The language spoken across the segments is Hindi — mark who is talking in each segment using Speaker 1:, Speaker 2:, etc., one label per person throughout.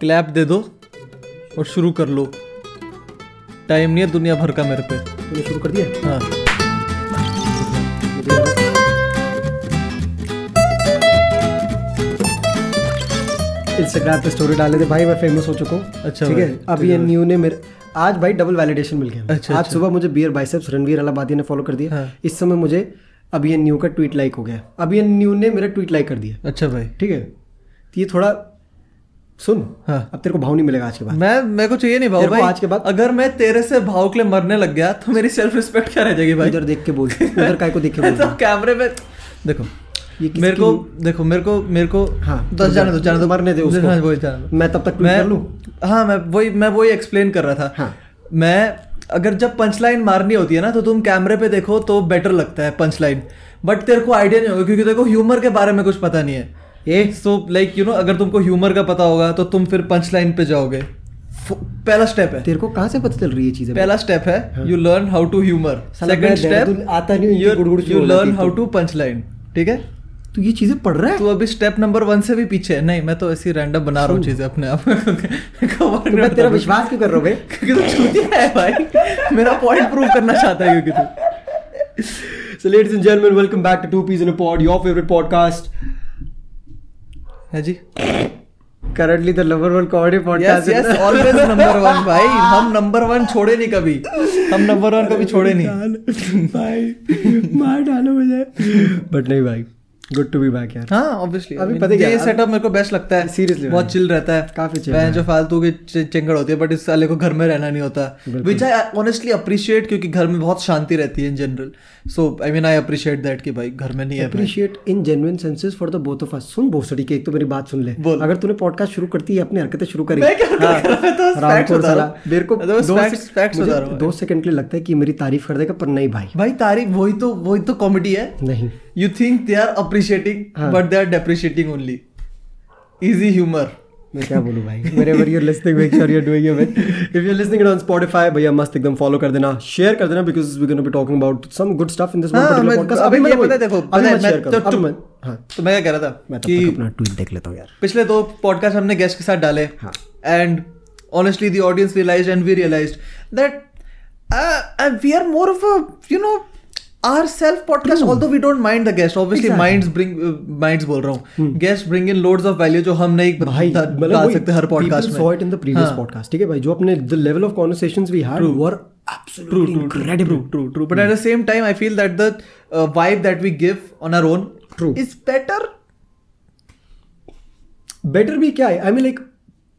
Speaker 1: क्लैप दे दो और शुरू कर लो टाइम नहीं है दुनिया भर का मेरे पे
Speaker 2: तूने शुरू कर दिया
Speaker 1: हाँ
Speaker 2: मुझे याद है। इंस्टाग्राम पे स्टोरी डाले थे भाई मैं फेमस हो चुका हूँ
Speaker 1: अच्छा
Speaker 2: ठीक है
Speaker 1: भाई,
Speaker 2: अब ये न्यू ने मेरे आज भाई डबल वैलिडेशन मिल गया
Speaker 1: अच्छा,
Speaker 2: आज सुबह मुझे बियर बाइसेप्स रणवीर अलाबादी ने फॉलो कर दिया
Speaker 1: हाँ।
Speaker 2: इस समय मुझे अब ये न्यू का ट्वीट लाइक हो गया अब ये न्यू ने मेरा ट्वीट लाइक कर दिया
Speaker 1: अच्छा भाई
Speaker 2: ठीक है तो ये थोड़ा सुन
Speaker 1: हाँ
Speaker 2: अब तेरे को भाव नहीं मिलेगा आज के बाद
Speaker 1: मैं मेरे को चाहिए नहीं भाव
Speaker 2: तेरे को
Speaker 1: भाई
Speaker 2: आज के बाद-
Speaker 1: अगर मैं तेरे से भाव के लिए मरने लग गया तो मेरी सेल्फ रिस्पेक्ट क्या रह जाएगी भाई
Speaker 2: इधर देख के बोल उधर काय को देख के बोल
Speaker 1: तो कैमरे में देखो
Speaker 2: ये किसकी-
Speaker 1: मेरे को देखो मेरे को मेरे को
Speaker 2: हाँ,
Speaker 1: तो जाने दो जाने दो
Speaker 2: मरने दे उसको।
Speaker 1: हाँ, वही जाने दो
Speaker 2: मैं तब तक ट्वीट
Speaker 1: मैं
Speaker 2: कर लूँ
Speaker 1: हाँ मैं वही मैं वही एक्सप्लेन कर रहा था
Speaker 2: हाँ
Speaker 1: मैं अगर जब पंचलाइन मारनी होती है ना तो तुम कैमरे पे देखो तो बेटर लगता है पंचलाइन बट तेरे को आइडिया नहीं होगा क्योंकि तेरे को ह्यूमर के बारे में कुछ पता नहीं है
Speaker 2: a
Speaker 1: so like you know अगर तुमको ह्यूमर का पता होगा तो तुम फिर पंचलाइन पे जाओगे फ- पहला स्टेप है
Speaker 2: तेरे को कहाँ से पता चल रही है चीजें
Speaker 1: पहला स्टेप है you learn how to humour
Speaker 2: हाँ. साला मैं
Speaker 1: सेकंड
Speaker 2: देहरादून
Speaker 1: स्टेप
Speaker 2: आता नहीं हूँ, इनकी गुड़गुड़ शुरू
Speaker 1: यू
Speaker 2: हो जाती
Speaker 1: लर्न
Speaker 2: है
Speaker 1: हाउ
Speaker 2: तो। हाँ.
Speaker 1: टू पंचलाइन ठीक है
Speaker 2: तू ये चीजें पढ़ रहा है
Speaker 1: तू अभी स्टेप नंबर वन से भी पीछे है नहीं मैं तो ऐसी रैंडम बना रहा हूँ चीजें अपने आप Cover
Speaker 2: तो
Speaker 1: नहीं
Speaker 2: मैं तेरा
Speaker 1: होता।
Speaker 2: विश्वास क्यों कर रहा हूँ बे?
Speaker 1: क्योंकि तू चूतिया है भाई मेरा पॉइंट प्रूव करना चाहता है क्योंकि तू
Speaker 2: So, ladies and gentlemen, welcome back to Two Peas in a Pod, your favorite podcast.
Speaker 1: है जी
Speaker 2: Currently, the Lover World Comedy
Speaker 1: yes
Speaker 2: Podcast.
Speaker 1: Yes always number one भाई हम नंबर वन छोड़े नहीं कभी हम नंबर वन कभी छोड़े नहीं
Speaker 2: भाई मार डालो मुझे बट नहीं भाई गुड टू बी बैक यार
Speaker 1: हाँ ऑब्वियसली
Speaker 2: अभी पता क्या,
Speaker 1: ये
Speaker 2: अब-
Speaker 1: सेटअप मेरे को बेस्ट लगता है
Speaker 2: Seriously,
Speaker 1: बहुत
Speaker 2: भाई।
Speaker 1: चिल रहता है
Speaker 2: काफी chill
Speaker 1: मैं जो फालतू की चि- चिंगड़ होती है बट इस साले को घर में रहना नहीं होता
Speaker 2: बिल्कुल।
Speaker 1: विच आई ऑनेस्टली अप्रिशिएट क्योंकि घर में बहुत शांति रहती है in general so I mean I appreciate that कि भाई घर में नहीं है भाई।
Speaker 2: Appreciate in genuine senses for the both of us सुन भोसड़ी के एक तो मेरी बात सुन ले
Speaker 1: बोल।
Speaker 2: अगर तूने पॉडकास्ट शुरू करती है अपनी हरकतें शुरू करी
Speaker 1: मैं क्या कर रहा हूँ? तो बस
Speaker 2: राम
Speaker 1: facts
Speaker 2: को
Speaker 1: बता रहा
Speaker 2: हाँ, साला
Speaker 1: हूँ।
Speaker 2: मेरे को
Speaker 1: तो बस
Speaker 2: दो
Speaker 1: facts-
Speaker 2: sec-
Speaker 1: facts बता रहा
Speaker 2: मुझे
Speaker 1: हूँ
Speaker 2: दो सेकंड के लिए लगता है कि ये मेरी तारीफ कर देगा पर नहीं भाई
Speaker 1: भाई तारीफ वही तो वही तो कॉमेडी है
Speaker 2: नहीं
Speaker 1: you think they are appreciating
Speaker 2: हाँ।
Speaker 1: But they are depreciating only easy humour
Speaker 2: मैं क्या बोलूं भाई wherever you're listening make sure you're doing it with if you're listening it on spotify भैया मस्त एकदम follow कर देना share कर देना because we're going to be talking about some good stuff in this one
Speaker 1: हाँ,
Speaker 2: particular
Speaker 1: मैं-
Speaker 2: podcast
Speaker 1: अभी
Speaker 2: अभी
Speaker 1: मैं-
Speaker 2: मैं
Speaker 1: पता है देखो, पता
Speaker 2: अभी
Speaker 1: है,
Speaker 2: मत
Speaker 1: मैं
Speaker 2: share
Speaker 1: तो
Speaker 2: करो अभी
Speaker 1: टुक-
Speaker 2: मैं हाँ
Speaker 1: तो मैं क्या कह रहा था
Speaker 2: मैं तब
Speaker 1: कि
Speaker 2: तक अपना tweet देख लेता हूँ यार
Speaker 1: पिछले दो पॉडकास्ट हमने गेस्ट के साथ डाले
Speaker 2: हाँ।
Speaker 1: And honestly the audience realise and we realise that we are more of a you know are self
Speaker 2: Hmm.
Speaker 1: Podcast although we don't mind the guest obviously minds bring minds uh, बोल रहा हूँ guest bring in loads of value जो हम नहीं
Speaker 2: Hmm. भाई मतलब
Speaker 1: डा- डाल सकते हर पॉडकास्ट में हाँ।
Speaker 2: Saw it in the previous podcast ठीक है भाई जो अपने the level of conversations we had were
Speaker 1: true,
Speaker 2: absolutely
Speaker 1: true, true, true, true, true. But at the same time, I feel that the uh, vibe that we give on our own
Speaker 2: True.
Speaker 1: is better.
Speaker 2: Better भी क्या है आई मीन लाइक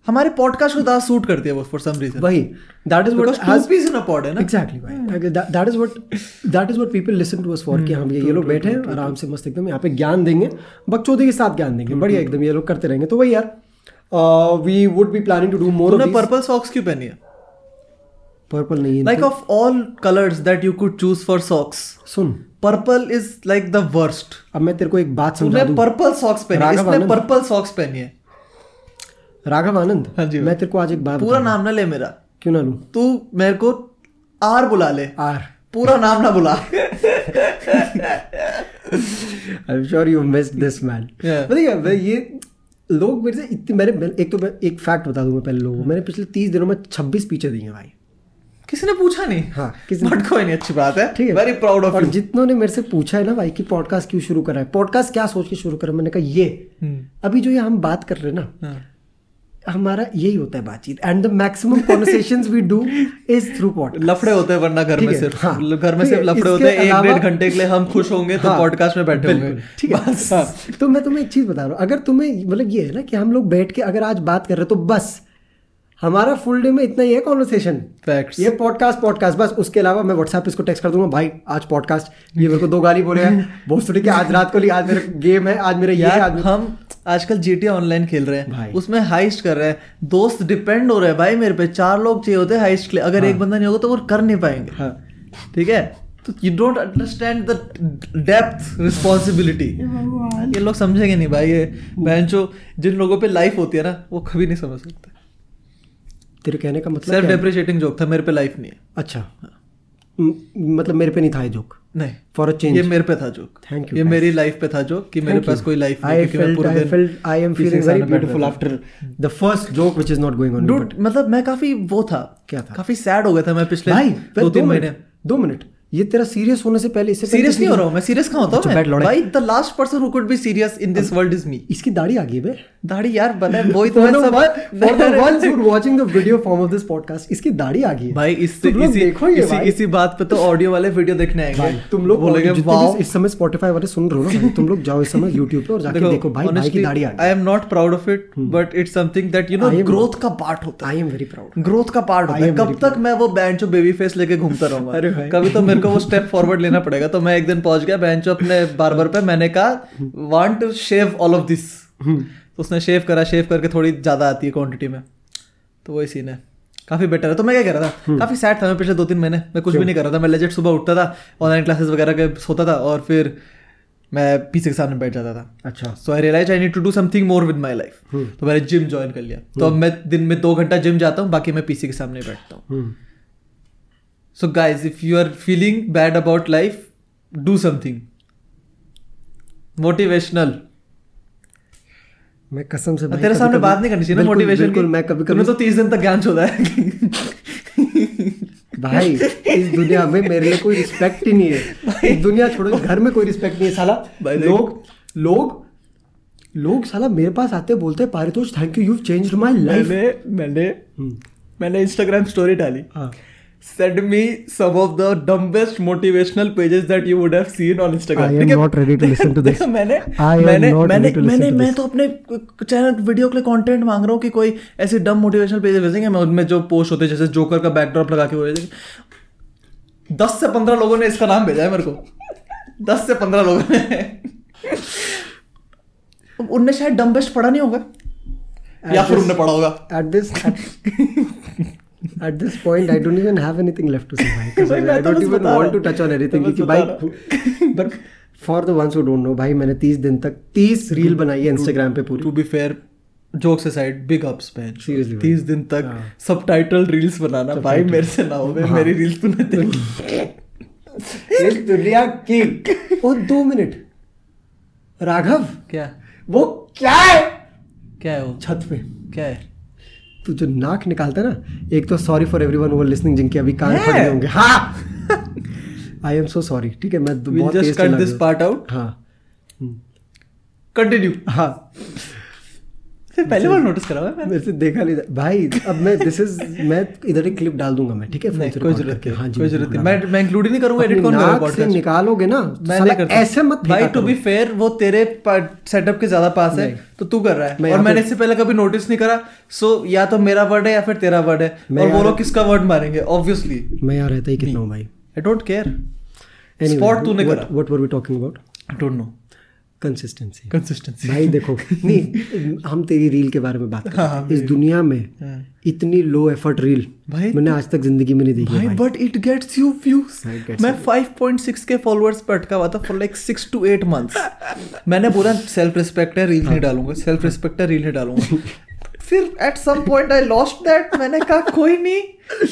Speaker 1: हमारे पॉडकास्ट को ज्यादा सूट करती है वो फॉर सम रीजन
Speaker 2: वही that is what
Speaker 1: because two peas in a pod है ना Hmm.
Speaker 2: एग्जैक्टली भाई that is what that is what people listen to us for कि हम ये ये लोग बैठे हैं आराम से मस्त एकदम यहाँ पे ज्ञान देंगे बकचोदी के साथ ज्ञान
Speaker 1: Hmm,
Speaker 2: देंगे बढ़िया एकदम ये लोग करते रहेंगे तो वही यार we would be planning to do more
Speaker 1: तूने पर्पल सॉक्स क्यों पहनी है
Speaker 2: पर्पल नहीं है
Speaker 1: like of all colours that you could choose for socks
Speaker 2: सुन
Speaker 1: purple is like the worst
Speaker 2: अब मैं तेरे को एक बात समझा
Speaker 1: तूने
Speaker 2: दूं
Speaker 1: पर्पल सॉक्स पहनी है
Speaker 2: राघव
Speaker 1: इसने
Speaker 2: आनंद।
Speaker 1: पर्पल सॉक्स पहनी है
Speaker 2: राघव आनंद
Speaker 1: हाँ जी भाई।
Speaker 2: मैं तेरे को आज एक बात
Speaker 1: पूरा नाम ना ले मेरा
Speaker 2: बता- क्यों ना लूं
Speaker 1: तू मेरे को आर बुला ले
Speaker 2: आर
Speaker 1: पूरा नाम ना बुला
Speaker 2: आई am sure you missed this man
Speaker 1: Yeah.
Speaker 2: मतलब ये लोग मेरे से इतने मैंने मैंने- एक तो मैं एक फैक्ट बता दूं मैं पहले
Speaker 1: Hmm.
Speaker 2: लोगों को मैंने पिछले तीस दिनों में छब्बीस पीछे दी हैं भाई
Speaker 1: किसी ने पूछा नहीं
Speaker 2: हाँ, किसी ने-
Speaker 1: बट कोई नहीं अच्छी बात है
Speaker 2: ठीक है
Speaker 1: वेरी प्राउड ऑफ
Speaker 2: और जितनों ने मेरे से पूछा है ना भाई कि पॉडकास्ट क्यों शुरू करा है पॉडकास्ट क्या सोच के शुरू करा मैंने कहा ये
Speaker 1: हम्म,
Speaker 2: अभी जो ये हम बात कर रहे हैं ना
Speaker 1: हाँ।
Speaker 2: हमारा यही होता है बातचीत and the maximum conversations we do is through podcast
Speaker 1: लफड़े होते हैं वरना घर
Speaker 2: ठीक
Speaker 1: में
Speaker 2: है,
Speaker 1: सिर्फ
Speaker 2: हाँ,
Speaker 1: घर में
Speaker 2: ठीक
Speaker 1: सिर्फ
Speaker 2: है,
Speaker 1: लफड़े
Speaker 2: इसके
Speaker 1: होते हैं एक
Speaker 2: अलावा-
Speaker 1: डेढ़ घंटे के लिए हम खुश होंगे तो
Speaker 2: हाँ,
Speaker 1: पॉडकास्ट में बैठे होंगे
Speaker 2: ठीक है
Speaker 1: बस, हाँ।
Speaker 2: तो मैं तुम्हें एक चीज बता रहा हूँ अगर तुम्हें मतलब ये है ना कि हम लोग बैठ के अगर आज बात कर रहे हैं, तो बस हमारा फुल डे में इतना ही है कॉन्वर्सेशन
Speaker 1: Facts.
Speaker 2: ये पॉडकास्ट पॉडकास्ट बस उसके अलावा मैं व्हाट्सएप इसको टेक्स्ट कर दूंगा भाई आज पॉडकास्ट ये मेरे को दो गाली बोले हैं बहुत सुनी कि आज रात को ली आज मेरा गेम है आज मेरा ये है,
Speaker 1: यार
Speaker 2: आज मेरा-
Speaker 1: हम आजकल जीटीए ऑनलाइन खेल रहे हैं
Speaker 2: भाई।
Speaker 1: उसमें हाइस्ट कर रहे हैं दोस्त डिपेंड हो रहे हैं भाई मेरे पे चार लोग चाहिए होते हैं हाइस्ट के लिए अगर एक बंदा नहीं होगा तो वो कर नहीं पाएंगे
Speaker 2: हाँ
Speaker 1: ठीक है तो you don't understand the depth responsibility ये लोग समझेंगे नहीं भाई ये बैंचो जिन लोगों पे लाइफ होती है ना वो कभी नहीं समझ सकते
Speaker 2: तेरे कहने का मतलब
Speaker 1: सेल्फ
Speaker 2: क्या है?
Speaker 1: डेप्रिशिएटिंग जोक था मेरे पे लाइफ नहीं है
Speaker 2: अच्छा म- मतलब मेरे पे नहीं था ये जोक
Speaker 1: नहीं
Speaker 2: फॉर अ
Speaker 1: ये
Speaker 2: चेंज
Speaker 1: मेरे पे था जोक
Speaker 2: Thank you,
Speaker 1: ये
Speaker 2: guys.
Speaker 1: मेरी लाइफ पे था जोक कि मेरे
Speaker 2: Thank
Speaker 1: पास
Speaker 2: you.
Speaker 1: कोई लाइफ
Speaker 2: I
Speaker 1: नहीं क्योंकि मैं
Speaker 2: felt-
Speaker 1: पूरे
Speaker 2: I
Speaker 1: दिन
Speaker 2: felt I am
Speaker 1: किसी
Speaker 2: feeling
Speaker 1: के
Speaker 2: very
Speaker 1: सामने बैठ
Speaker 2: beautiful
Speaker 1: रहा
Speaker 2: after the first joke which is not going
Speaker 1: था।
Speaker 2: on.
Speaker 1: Dude, मतलब मैं काफी वो था
Speaker 2: क्या था?
Speaker 1: काफी सैड हो गया था मैं पिछले
Speaker 2: भाई
Speaker 1: तो दो तीन
Speaker 2: मिनट,
Speaker 1: महीने
Speaker 2: दो मिनट ये तेरा सीरियस होने से पहले इससे पहले
Speaker 1: सीरियस
Speaker 2: किसी
Speaker 1: नहीं हो
Speaker 2: ने-
Speaker 1: रहा हूँ मैं सीरियस कहाँ होता
Speaker 2: अच्छा,
Speaker 1: हूँ
Speaker 2: बैठ
Speaker 1: मैं
Speaker 2: लौड़े।
Speaker 1: भाई the last person who could be serious in this world is me
Speaker 2: इसकी दाढ़ी आ गई बे
Speaker 1: दाढ़ी यार बना है, वही तो
Speaker 2: For
Speaker 1: मैं
Speaker 2: the
Speaker 1: सब
Speaker 2: one- for the ones who are watching the video form of this podcast, इसकी दाढ़ी आ गई है।
Speaker 1: भाई इससे
Speaker 2: तुम लोग
Speaker 1: इसी
Speaker 2: देखो ये
Speaker 1: इसी
Speaker 2: भाई।
Speaker 1: इसी बात पे तो ऑडियो वाले वीडियो देखने आएंगे
Speaker 2: भाई, तुम लोग
Speaker 1: बोलेंगे
Speaker 2: जितने भी
Speaker 1: वाओ
Speaker 2: इस समय स्पॉटिफाई वाले सुन रहे हो ना भाई, तुम लोग जाओ इस समय यूट्यूब पे और जाके देखो भाई भाई की दाढ़ी आ गई हम्म।
Speaker 1: I am not proud of it but it's something that you know
Speaker 2: I am-
Speaker 1: growth का पार्ट होता
Speaker 2: आई एम वेरी प्राउड
Speaker 1: है ग्रोथ का पार्ट होता
Speaker 2: I
Speaker 1: है
Speaker 2: am
Speaker 1: कब
Speaker 2: very
Speaker 1: तक मैं वो बेंचो बेबी फेस लेके घूमता रहूंगा
Speaker 2: अरे भाई।
Speaker 1: कभी तो मेरे को वो स्टेप फॉरवर्ड लेना पड़ेगा तो मैं एक दिन पहुंच गया बेंचो अपने बार्बर पे मैंने कहा want to shave all of this
Speaker 2: हम्म।
Speaker 1: तो उसने शेव करा शेव करके थोड़ी ज्यादा आती है क्वांटिटी में तो वही सीन है काफी बेटर है तो मैं क्या कह रहा
Speaker 2: हम्म।
Speaker 1: था काफी सैड था मैं पिछले दो तीन महीने मैं कुछ भी नहीं कर रहा था मैं लेजेट सुबह उठता था ऑनलाइन क्लासेस वगैरह के सोता था और फिर मैं पीछे के सामने बैठ जाता था
Speaker 2: अच्छा
Speaker 1: so I realise I need to do something more with my life
Speaker 2: Hmm.
Speaker 1: तो मैंने जिम ज्वाइन कर लिया तो अब मैं दिन में दो घंटा जिम जाता हूँ बाकी मैं पीसी के सामने बैठता हूँ
Speaker 2: हम्म।
Speaker 1: So guys if you are feeling bad about life do something motivational
Speaker 2: मैं कसम से तो भाई,
Speaker 1: तेरे
Speaker 2: कभी-
Speaker 1: सामने
Speaker 2: कभी-
Speaker 1: बात नहीं करनी चाहिए ना
Speaker 2: बिल्कुल,
Speaker 1: मोटिवेशन
Speaker 2: बिल्कुल मैं कभी
Speaker 1: तुम्हें
Speaker 2: कभी
Speaker 1: तो तीस दिन तक ज्ञान छोड़ा है
Speaker 2: भाई इस दुनिया में मेरे लिए कोई रिस्पेक्ट ही नहीं है इस दुनिया छोड़ो इस घर में कोई रिस्पेक्ट नहीं है साला
Speaker 1: भाई देख।
Speaker 2: लोग लोग लोग साला मेरे पास आते बोलते हैं Paritosh thank you you changed my life
Speaker 1: मैंने मैंने
Speaker 2: Hmm.
Speaker 1: मैंने इंस्टाग्राम स्टोरी डाली
Speaker 2: हाँ
Speaker 1: send me some of the dumbest motivational pages that you would have seen on
Speaker 2: I
Speaker 1: Instagram
Speaker 2: am not ready to listen to this.
Speaker 1: मैंने
Speaker 2: I am
Speaker 1: मैंने
Speaker 2: not
Speaker 1: मैंने
Speaker 2: ready to listen
Speaker 1: मैंने
Speaker 2: to
Speaker 1: मैं
Speaker 2: this.
Speaker 1: तो अपने चैनल वीडियो के लिए कंटेंट मांग रहा हूँ कि कोई ऐसे डम मोटिवेशनल पेजेस भेजेंगे मैं उनमें जो पोस्ट होते हैं जैसे जोकर का बैकड्रॉप लगा के वो भेजेंगे दस से पंद्रह लोगों ने इसका नाम भेजा है मेरे को दस से पंद्रह लोगों ने उनने शायद डम्बेस्ट पढ़ा नहीं होगा या फिर उनने पढ़ा होगा
Speaker 2: at this at, at this point i don't even have anything left to say bhai
Speaker 1: भाई, मैं
Speaker 2: कसम से, i
Speaker 1: तो
Speaker 2: don't
Speaker 1: बस
Speaker 2: even
Speaker 1: बता
Speaker 2: want
Speaker 1: रहा
Speaker 2: to
Speaker 1: हूँ।
Speaker 2: touch on anything
Speaker 1: मैं बस
Speaker 2: क्योंकि
Speaker 1: बता
Speaker 2: भाई but for the ones who don't know भाई मैंने 30 दिन तक 30 रील बनाई है इंस्टाग्राम पे पूरी
Speaker 1: to be fair jokes aside big ups man
Speaker 2: Seriously, हाँ।
Speaker 1: तीस दिन तक सब टाइटल रील्स बनाना भाई मेरे से ना हो बे, मेरी रील्स तूने देखी
Speaker 2: इस दुनिया की और दो मिनट राघव
Speaker 1: क्या
Speaker 2: वो क्या है
Speaker 1: क्या है वो
Speaker 2: छत पे
Speaker 1: क्या है
Speaker 2: तू जो नाक निकालता है ना एक तो sorry for everyone who are listening जिनके अभी कान
Speaker 1: है? तो
Speaker 2: फट गए होंगे हाँ आई एम सो सॉरी ठीक है मैं
Speaker 1: विल
Speaker 2: बहुत तेज
Speaker 1: जस्ट कट
Speaker 2: चला
Speaker 1: दिस
Speaker 2: गया।
Speaker 1: पार्ट आउट
Speaker 2: हाँ
Speaker 1: कंटिन्यू
Speaker 2: हाँ
Speaker 1: पहले बार नोटिस करा हुआ है मैंने
Speaker 2: मेरे से देखा नहीं था भाई अब मैं दिस इज मैं इधर एक क्लिप डाल दूंगा मैं ठीक है फोन
Speaker 1: नहीं,
Speaker 2: से
Speaker 1: कोई
Speaker 2: record
Speaker 1: जरूरत
Speaker 2: करके।
Speaker 1: नहीं
Speaker 2: हाँ जी
Speaker 1: कोई
Speaker 2: बिल्कुल
Speaker 1: जरूरत नहीं
Speaker 2: डाल
Speaker 1: मैं मैं इंक्लूड ही नहीं करूंगा
Speaker 2: दूंगा।
Speaker 1: एडिट
Speaker 2: अपनी
Speaker 1: कौन करेगा
Speaker 2: नाक से
Speaker 1: पॉडकास्ट
Speaker 2: निकालोगे ना
Speaker 1: मैं
Speaker 2: तो साला
Speaker 1: नहीं करता
Speaker 2: ऐसे मत
Speaker 1: भाई टू बी
Speaker 2: बी
Speaker 1: फेयर वो तेरे सेटअप के ज्यादा पास है तो तू कर रहा है
Speaker 2: मैं
Speaker 1: और
Speaker 2: यहाँ
Speaker 1: मैंने
Speaker 2: पे-
Speaker 1: इससे पहले कभी नोटिस नहीं करा सो या तो मेरा वर्ड है या फिर तेरा वर्ड है
Speaker 2: मैं
Speaker 1: और वो
Speaker 2: यहाँ-
Speaker 1: लोग किसका वर्ड मारेंगे ऑब्वियसली
Speaker 2: मैं यहाँ रहता ही कितना हूँ भाई
Speaker 1: आई डोंट केयर Spot तूने करा।
Speaker 2: What were we talking about
Speaker 1: I don't know
Speaker 2: consistency
Speaker 1: consistency
Speaker 2: भाई देखो नहीं हम तेरी रील के बारे में बात कर
Speaker 1: हाँ,
Speaker 2: रहे हैं। इस दुनिया में
Speaker 1: हाँ।
Speaker 2: इतनी लो एफर्ट रील
Speaker 1: भाई
Speaker 2: मैंने आज तक जिंदगी में नहीं देखी है
Speaker 1: भाई but it gets you views
Speaker 2: हाँ, it gets
Speaker 1: मैं 5.6 के फॉलोअर्स पे अटका हुआ था for like six to eight months मैंने बोला सेल्फ रिस्पेक्ट है
Speaker 2: हाँ।
Speaker 1: रील नहीं डालूंगा सेल्फ रिस्पेक्ट है रील नहीं डालूंगा फिर at some point I lost that मैंने कहा कोई नहीं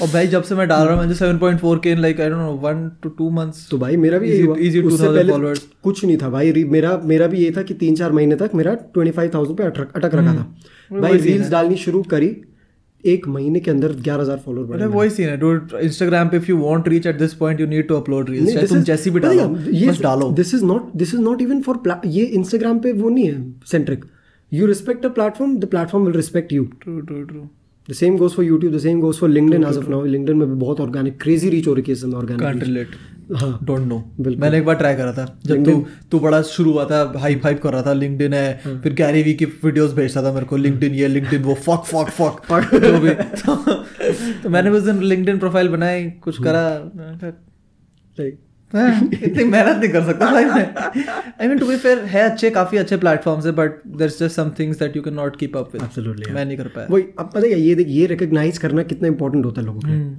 Speaker 1: और भाई जब से मैं डाल रहा हूँ मुझे 7.4 के in like I don't know 1 to 2 months
Speaker 2: तो भाई मेरा भी यही
Speaker 1: Easy-
Speaker 2: हुआ
Speaker 1: easy
Speaker 2: उससे
Speaker 1: 2000
Speaker 2: पहले
Speaker 1: followers.
Speaker 2: कुछ नहीं था भाई री- मेरा मेरा भी ये था कि तीन चार महीने तक मेरा ट्वेंटी फाइव थाउजेंड पे अटक अटक
Speaker 1: हम्म।
Speaker 2: रखा था भाई रील्स डालनी शुरू करी एक महीने के अंदर ग्यारह हजार फॉलोअर बढ़े
Speaker 1: अरे वही सीन है डूड इंस्टाग्राम पे if you want reach at this point you need to upload reels चाहे तुम जैसी भी डालो बस डालो
Speaker 2: this is not this is not even for ये इंस्टाग्राम पे वो नहीं है centric you respect a platform the platform will respect you
Speaker 1: true true true
Speaker 2: the same goes for YouTube the same goes for LinkedIn as of now LinkedIn में भी बहुत ऑर्गेनिक क्रेजी रीच हो रही है इस समय
Speaker 1: कांट
Speaker 2: ऑर्गेनिक
Speaker 1: रिलेट
Speaker 2: हाँ
Speaker 1: डोंट नो
Speaker 2: बिल्कुल।
Speaker 1: मैंने एक बार ट्राई करा था जब तू तू बड़ा शुरू हुआ था हाइप हाइप कर रहा था लिंक्डइन
Speaker 2: हाँ।
Speaker 1: है फिर गैरी वी की वीडियोस भेजता था मेरे को लिंक्डइन ये लिंक्डइन वो फक फक फक जो भी तो, तो मैंने उस दिन लिंक्डइन प्रोफाइल बनाई
Speaker 2: हाँ।
Speaker 1: कुछ करा मैंने कहा,
Speaker 2: Like,
Speaker 1: हाँ, इतनी मेहनत नहीं कर सकता भाई मैं I mean to be fair है अच्छे काफी अच्छे प्लेटफॉर्म्स है but there is just some things that you can not keep up with
Speaker 2: Absolutely, yeah.
Speaker 1: मैं नहीं कर पाया हम्म।
Speaker 2: वही अब पता है क्या, ये देख ये रिकॉग्नाइज करना कितना इंपॉर्टेंट होता है लोगों के लिए।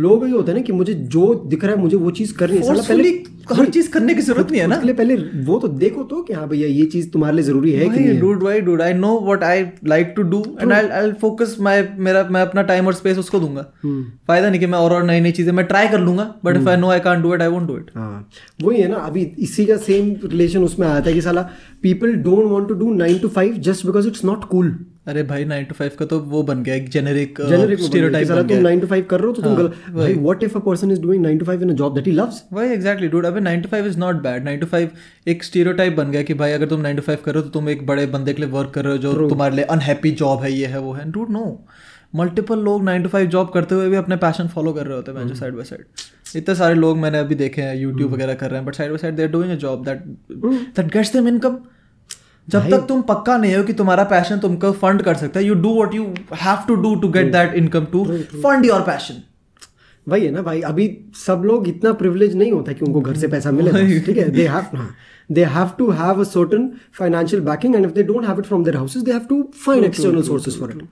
Speaker 2: लोगों को ये होता है ना कि मुझे जो दिख रहा है मुझे वो चीज करनी है साला
Speaker 1: Forcefully हर चीज करने की जरूरत नहीं है ना
Speaker 2: उसके लिए पहले वो तो देखो तो कि हाँ भैया ये चीज तुम्हारे लिए जरूरी है कि नहीं
Speaker 1: Why,
Speaker 2: है
Speaker 1: dude, why, dude? I know what I like to do and I'll I'll focus my मेरा मैं अपना टाइम और स्पेस उसको दूंगा
Speaker 2: हम्म,
Speaker 1: फायदा नहीं कि मैं और और नई नई चीजें मैं ट्राई कर लूंगा but if I know I can't do it I won't do it
Speaker 2: हाँ वही है ना अभी इसी का सेम रिलेशन उसमें आया था कि साला people don't want to do nine to five just because it's not cool
Speaker 1: अरे भाई 9 to 5 का तो वो बन गया एक जेनेरिक
Speaker 2: जनरली
Speaker 1: स्टीरियोटाइप
Speaker 2: साला
Speaker 1: बन
Speaker 2: तुम
Speaker 1: गया हाँ,
Speaker 2: 9 टू 5 कर रहे हो तो तुम गलत भाई what if a person is doing 9 to 5 in a job that he loves
Speaker 1: वही एग्जैक्टली डूड अबे 9 to 5 is not bad 9 to 5 एक स्टीरियोटाइप बन गया कि भाई अगर तुम 9 to 5 कर रहे हो तो तुम एक बड़े बंदे के लिए वर्क कर रहे हो जो तुम्हारे लिए अनहैप्पी जॉब है ये है वो है डूड नो मल्टीपल लोग 9 to 5 जॉब करते हुए भी अपने पैशन फॉलो कर रहे होते हैं साइड बाय साइड इतने सारे लोग मैंने अभी देखे हैं यूट्यूब वगैरह कर रहे हैं but side by side they are doing a job that that gets them income जब तक तुम पक्का नहीं हो कि तुम्हारा पैशन तुमको फंड कर सकता है you do what you have to do to get that income to fund your passion
Speaker 2: वही है ना भाई अभी सब लोग इतना प्रिविलेज नहीं होता कि उनको घर से पैसा मिले बस, ठीक है हाँ, they have they have to have a certain financial backing and if they don't have it from their houses they have to find external sources for it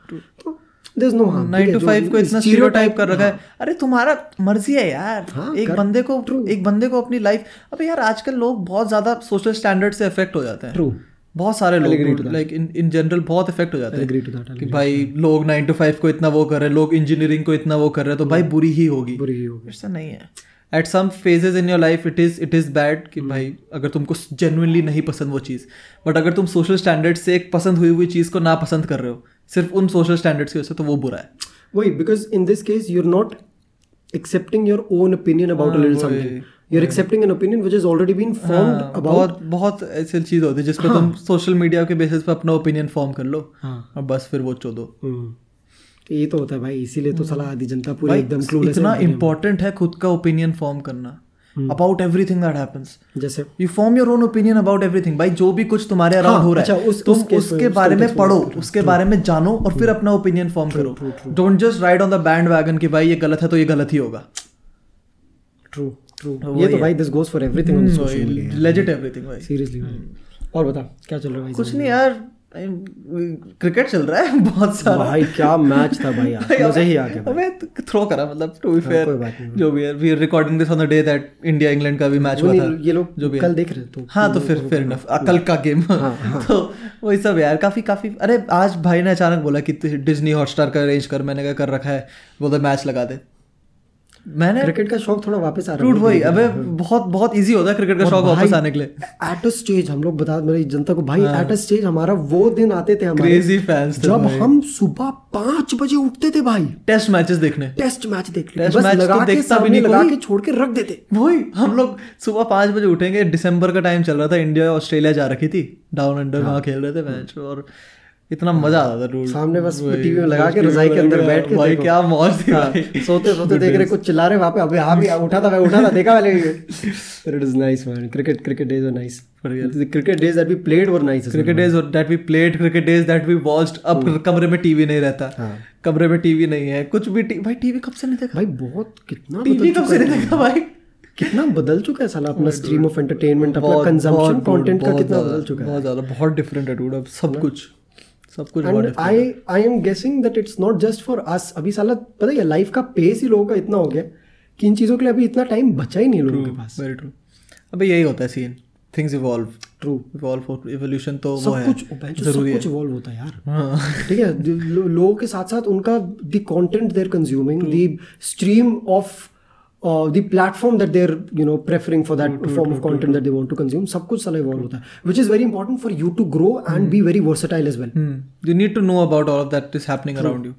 Speaker 2: तो there is no harm
Speaker 1: nine to five को इतना स्टीरियोटाइप कर रखा है
Speaker 2: हाँ।
Speaker 1: अरे तुम्हारा मर्जी है यार एक बंदे को एक बंदे को अपनी लाइफ अबे यार आजकल लोग बहुत ज्यादा सोशल स्टैंडर्ड से अफेक्ट हो जाते हैं
Speaker 2: True.
Speaker 1: बहुत सारे लोग लाइक इन इन जनरल बहुत इफेक्ट हो जाते
Speaker 2: agree to that,
Speaker 1: हैं कि भाई लोग नाइन टू फाइव को इतना वो कर रहे हैं लोग इंजीनियरिंग को इतना वो कर रहे हैं तो भाई बुरी ही होगी
Speaker 2: बुरी ही होगी।
Speaker 1: ऐसा नहीं है at some phases in your life it is it is bad कि
Speaker 2: Hmm।
Speaker 1: भाई अगर तुमको जेनुअनली नहीं पसंद वो चीज़ बट अगर तुम सोशल स्टैंडर्ड से एक पसंद हुई हुई चीज़ को ना पसंद कर रहे हो सिर्फ उन सोशल स्टैंडर्ड्स की वजह से तो वो बुरा है
Speaker 2: वही because in this case you are not accepting your own opinion about a little something you are accepting an opinion which is already been formed
Speaker 1: हाँ, बहुत बहुत ऐसी चीज होती है जिस पे तुम सोशल मीडिया के बेसिस पे अपना ओपिनियन फॉर्म कर लो
Speaker 2: हाँ।
Speaker 1: और बस फिर वो चोदो
Speaker 2: हम्म। तो ये तो होता है भाई इसीलिए तो साला आधी जनता पूरी एकदम क्लूलेस
Speaker 1: Hmm. इतना इम्पोर्टेंट है खुद का ओपिनियन फॉर्म
Speaker 2: हम्म।
Speaker 1: करना अबाउट एवरीथिंग दैट हैपेंस
Speaker 2: जैसे
Speaker 1: you form your own opinion about everything भाई जो भी कुछ तुम्हारे अराउंड
Speaker 2: हाँ,
Speaker 1: हो रहा है
Speaker 2: अच्छा, उस-
Speaker 1: तुम
Speaker 2: उस case में,
Speaker 1: उसके
Speaker 2: उस
Speaker 1: बारे में
Speaker 2: context में,
Speaker 1: पढ़ो
Speaker 2: true,
Speaker 1: उसके बारे में जानो और फिर अपना ओपिनियन फॉर्म करो don't just ride on the bandwagon कि भाई ये गलत है तो ये गलत ही होगा
Speaker 2: ट्रू ट्रू
Speaker 1: वही
Speaker 2: ये तो हम्म, भाई this goes for everything
Speaker 1: Hmm,
Speaker 2: on social media
Speaker 1: legit everything भाई
Speaker 2: सीरियसली भाई और बता क्या चल रहा है भाई
Speaker 1: कुछ नहीं यार क्रिकेट चल रहा है बहुत सारा
Speaker 2: भाई क्या मैच था भाई यार मजा ही आ गया भाई।
Speaker 1: हमें थ्रो करा मतलब टू बी फेयर
Speaker 2: कोई बात नहीं।
Speaker 1: जो भी है we recording this on the day that India England का भी मैच हुआ
Speaker 2: वो
Speaker 1: था
Speaker 2: नहीं, ये लोग
Speaker 1: जो भी है।
Speaker 2: कल देख रहे तो
Speaker 1: हाँ तो फिर फिर इनफ कल का गेम
Speaker 2: हाँ,
Speaker 1: तो वही सब यार काफ़ी काफ़ी अरे आज भाई ने अचानक बोला कि डिज्नी हॉटस्टार का अरेंज कर मैंने क्या कर रखा है बोला मैच लगा दे मैंने
Speaker 2: क्रिकेट का शौक थोड़ा वापस आ
Speaker 1: टूट
Speaker 2: रहा मतलब
Speaker 1: वही अबे बहुत बहुत इजी होता है क्रिकेट का शौक वापस आने के लिए
Speaker 2: एट अ स्टेज हम लोग बता मेरी जनता को भाई एट अ स्टेज हमारा वो दिन आते हाँ। थे हमारे
Speaker 1: क्रेजी फैंस
Speaker 2: जब हम सुबह पाँच बजे उठते थे भाई
Speaker 1: टेस्ट मैचेस देखने
Speaker 2: टेस्ट मैच देख
Speaker 1: Test
Speaker 2: लेते बस
Speaker 1: match तो
Speaker 2: लगा के
Speaker 1: देखता भी
Speaker 2: सामने
Speaker 1: नहीं
Speaker 2: लगा
Speaker 1: कोई।
Speaker 2: के छोड़ के रख देते
Speaker 1: वही हम लोग सुबह पाँच बजे उठेंगे दिसंबर का टाइम चल रहा था इंडिया ऑस्ट्रेलिया जा रखी थी डाउन अंडर वहाँ खेल रहे थे मैच और इतना मजा आता था डूड
Speaker 2: हाँ। सामने बस टीवी में लगा के रजाई के अंदर बैठ के
Speaker 1: भाई
Speaker 2: देखो। हाँ,
Speaker 1: क्या मौज थी भाई
Speaker 2: सोते सोते देख रहे कुछ चिल्ला रहे वहां पे अबे हाँ भी उठा था मैं उठा था देखा वाले it is nice man cricket cricket days are nice
Speaker 1: For
Speaker 2: cricket days that we played were nice
Speaker 1: cricket days that we played cricket days that we watched अब कमरे में टीवी नहीं रहता
Speaker 2: हम्म। हाँ।
Speaker 1: कमरे में टीवी नहीं है कुछ भी टी- भाई टीवी कब से नहीं देखा
Speaker 2: भाई बहुत कितना
Speaker 1: टीवी
Speaker 2: बदल
Speaker 1: कब से नहीं देखा भाई
Speaker 2: चुका- कितना बदल चुका है साला अपना स्ट्रीम ऑफ एंटरटेनमेंट अपना
Speaker 1: बहुत-
Speaker 2: कंजम्पशन
Speaker 1: बहुत-
Speaker 2: कंटेंट का
Speaker 1: बहुत
Speaker 2: कितना
Speaker 1: ज्यादा-
Speaker 2: बदल चुका है हाँ।
Speaker 1: बहुत ज्यादा बहुत डिफरेंट है डूड अब सब कुछ सब कुछ बहुत
Speaker 2: and I I am guessing that it's not just for us अभी साला पता है लाइफ का पेस ही लोगों का इतना हो गया कि इन चीजों के लिए अभी इतना टाइम बचा ही नहीं लोगों के पास
Speaker 1: वेरी ट्रू अबे यही होता है scene things evolve
Speaker 2: true
Speaker 1: evolve evolution तो वो
Speaker 2: सब
Speaker 1: है
Speaker 2: कुछ जरूरी
Speaker 1: जरूरी
Speaker 2: सब
Speaker 1: है
Speaker 2: कुछ इवॉल्व होता है यार
Speaker 1: हाँ
Speaker 2: ठीक है जो लो- लोगों के साथ साथ उनका the content they're consuming
Speaker 1: Hmm.
Speaker 2: The stream of the platform that they're you know preferring for
Speaker 1: Hmm,
Speaker 2: that form of content that they want to consume सब कुछ साला इवॉल्व होता है which is very important for you to grow and be
Speaker 1: Hmm.
Speaker 2: Very versatile as well
Speaker 1: you need to know about all of that is happening around you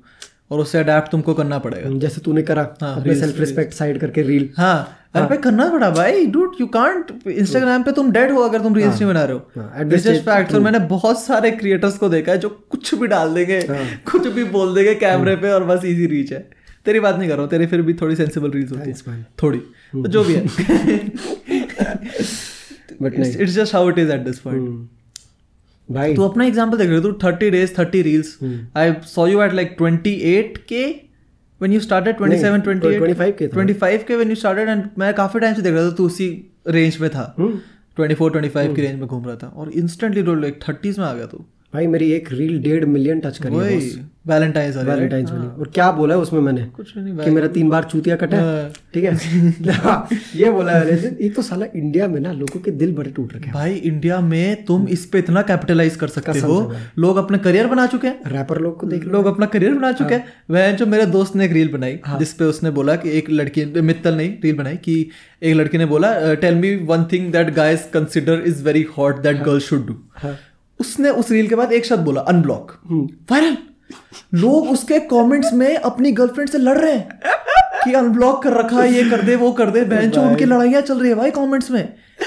Speaker 1: और उससे अडेप्ट तुमको करना पड़ेगा
Speaker 2: जैसे तूने करा
Speaker 1: हाँ,
Speaker 2: अपने सेल्फ रिस्पेक्ट साइड करके रील
Speaker 1: हाँ अरे भाई करना पड़ा भाई डूड यू कांट इंस्टाग्राम पे तुम डेड हो अगर तुम रील्स नहीं बना रहे हो
Speaker 2: हाँ, at this
Speaker 1: this is fact और मैंने बहुत सारे क्रिएटर्स को देखा है जो कुछ भी डाल देंगे
Speaker 2: हाँ.
Speaker 1: कुछ भी बोल देंगे कैमरे पे और बस इजी रीच है तेरी बात नहीं कर रहा हूँ तेरी फिर भी थोड़ी सेंसिबल रील्स होती
Speaker 2: Thanks,
Speaker 1: है
Speaker 2: man. Hmm.
Speaker 1: थोड़ी तो जो भी है
Speaker 2: बट नहीं
Speaker 1: it's just how it is at this point
Speaker 2: भाई
Speaker 1: तू अपना एग्जाम्पल देख रहे हो तू thirty days thirty reels
Speaker 2: Hmm.
Speaker 1: I saw you at like twenty eight K when you started 27
Speaker 2: नहीं,
Speaker 1: 28
Speaker 2: 25 के था।
Speaker 1: 25 के when you started and मैं काफी टाइम से देख रहा था तू उसी तो-
Speaker 2: hmm?
Speaker 1: रेंज में था 24 25 की रेंज में घूम रहा था और इंस्टेंटली लाइक 30s में आ गया तू
Speaker 2: भाई मेरी एक रील डेढ़ मिलियन टच करी है
Speaker 1: वही
Speaker 2: बॉस
Speaker 1: वैलेंटाइन वाली
Speaker 2: वैलेंटाइंस वाली और क्या बोला है उसमें मैंने
Speaker 1: हाँ, कुछ नहीं
Speaker 2: कि मेरा तीन बार चूतिया कटा है
Speaker 1: हाँ।
Speaker 2: ठीक है हाँ, ये बोला है लेकिन एक तो साला इंडिया में ना लोगों के दिल बड़े टूट रखे
Speaker 1: भाई इंडिया में तुम इस पे इतना कैपिटलाइज कर सकते
Speaker 2: Hmm. कसम
Speaker 1: हो
Speaker 2: से भाई।
Speaker 1: लोग अपने करियर बना चुके हैं
Speaker 2: हैं रैपर लोग को देख हाँ। लो
Speaker 1: लोग अपना करियर बना चुके हैं वह जो मेरे दोस्त ने एक रील बनाई
Speaker 2: हाँ।
Speaker 1: जिसपे उसने बोला कि एक लड़की मित्तल नहीं रील बनाई कि एक लड़की ने बोला tell me one thing that guys consider is very hot that girl should do
Speaker 2: हाँ।
Speaker 1: उसने उस रील के बाद एक शब्द बोला अनब्लॉक
Speaker 2: हम्म।
Speaker 1: वायरल लोग उसके कमेंट्स में अपनी गर्लफ्रेंड से लड़ रहे हैं कि अनब्लॉक कर रखा है ये कर दे वो कर दे बहन उनकी लड़ाइयाँ चल रही है भाई कमेंट्स में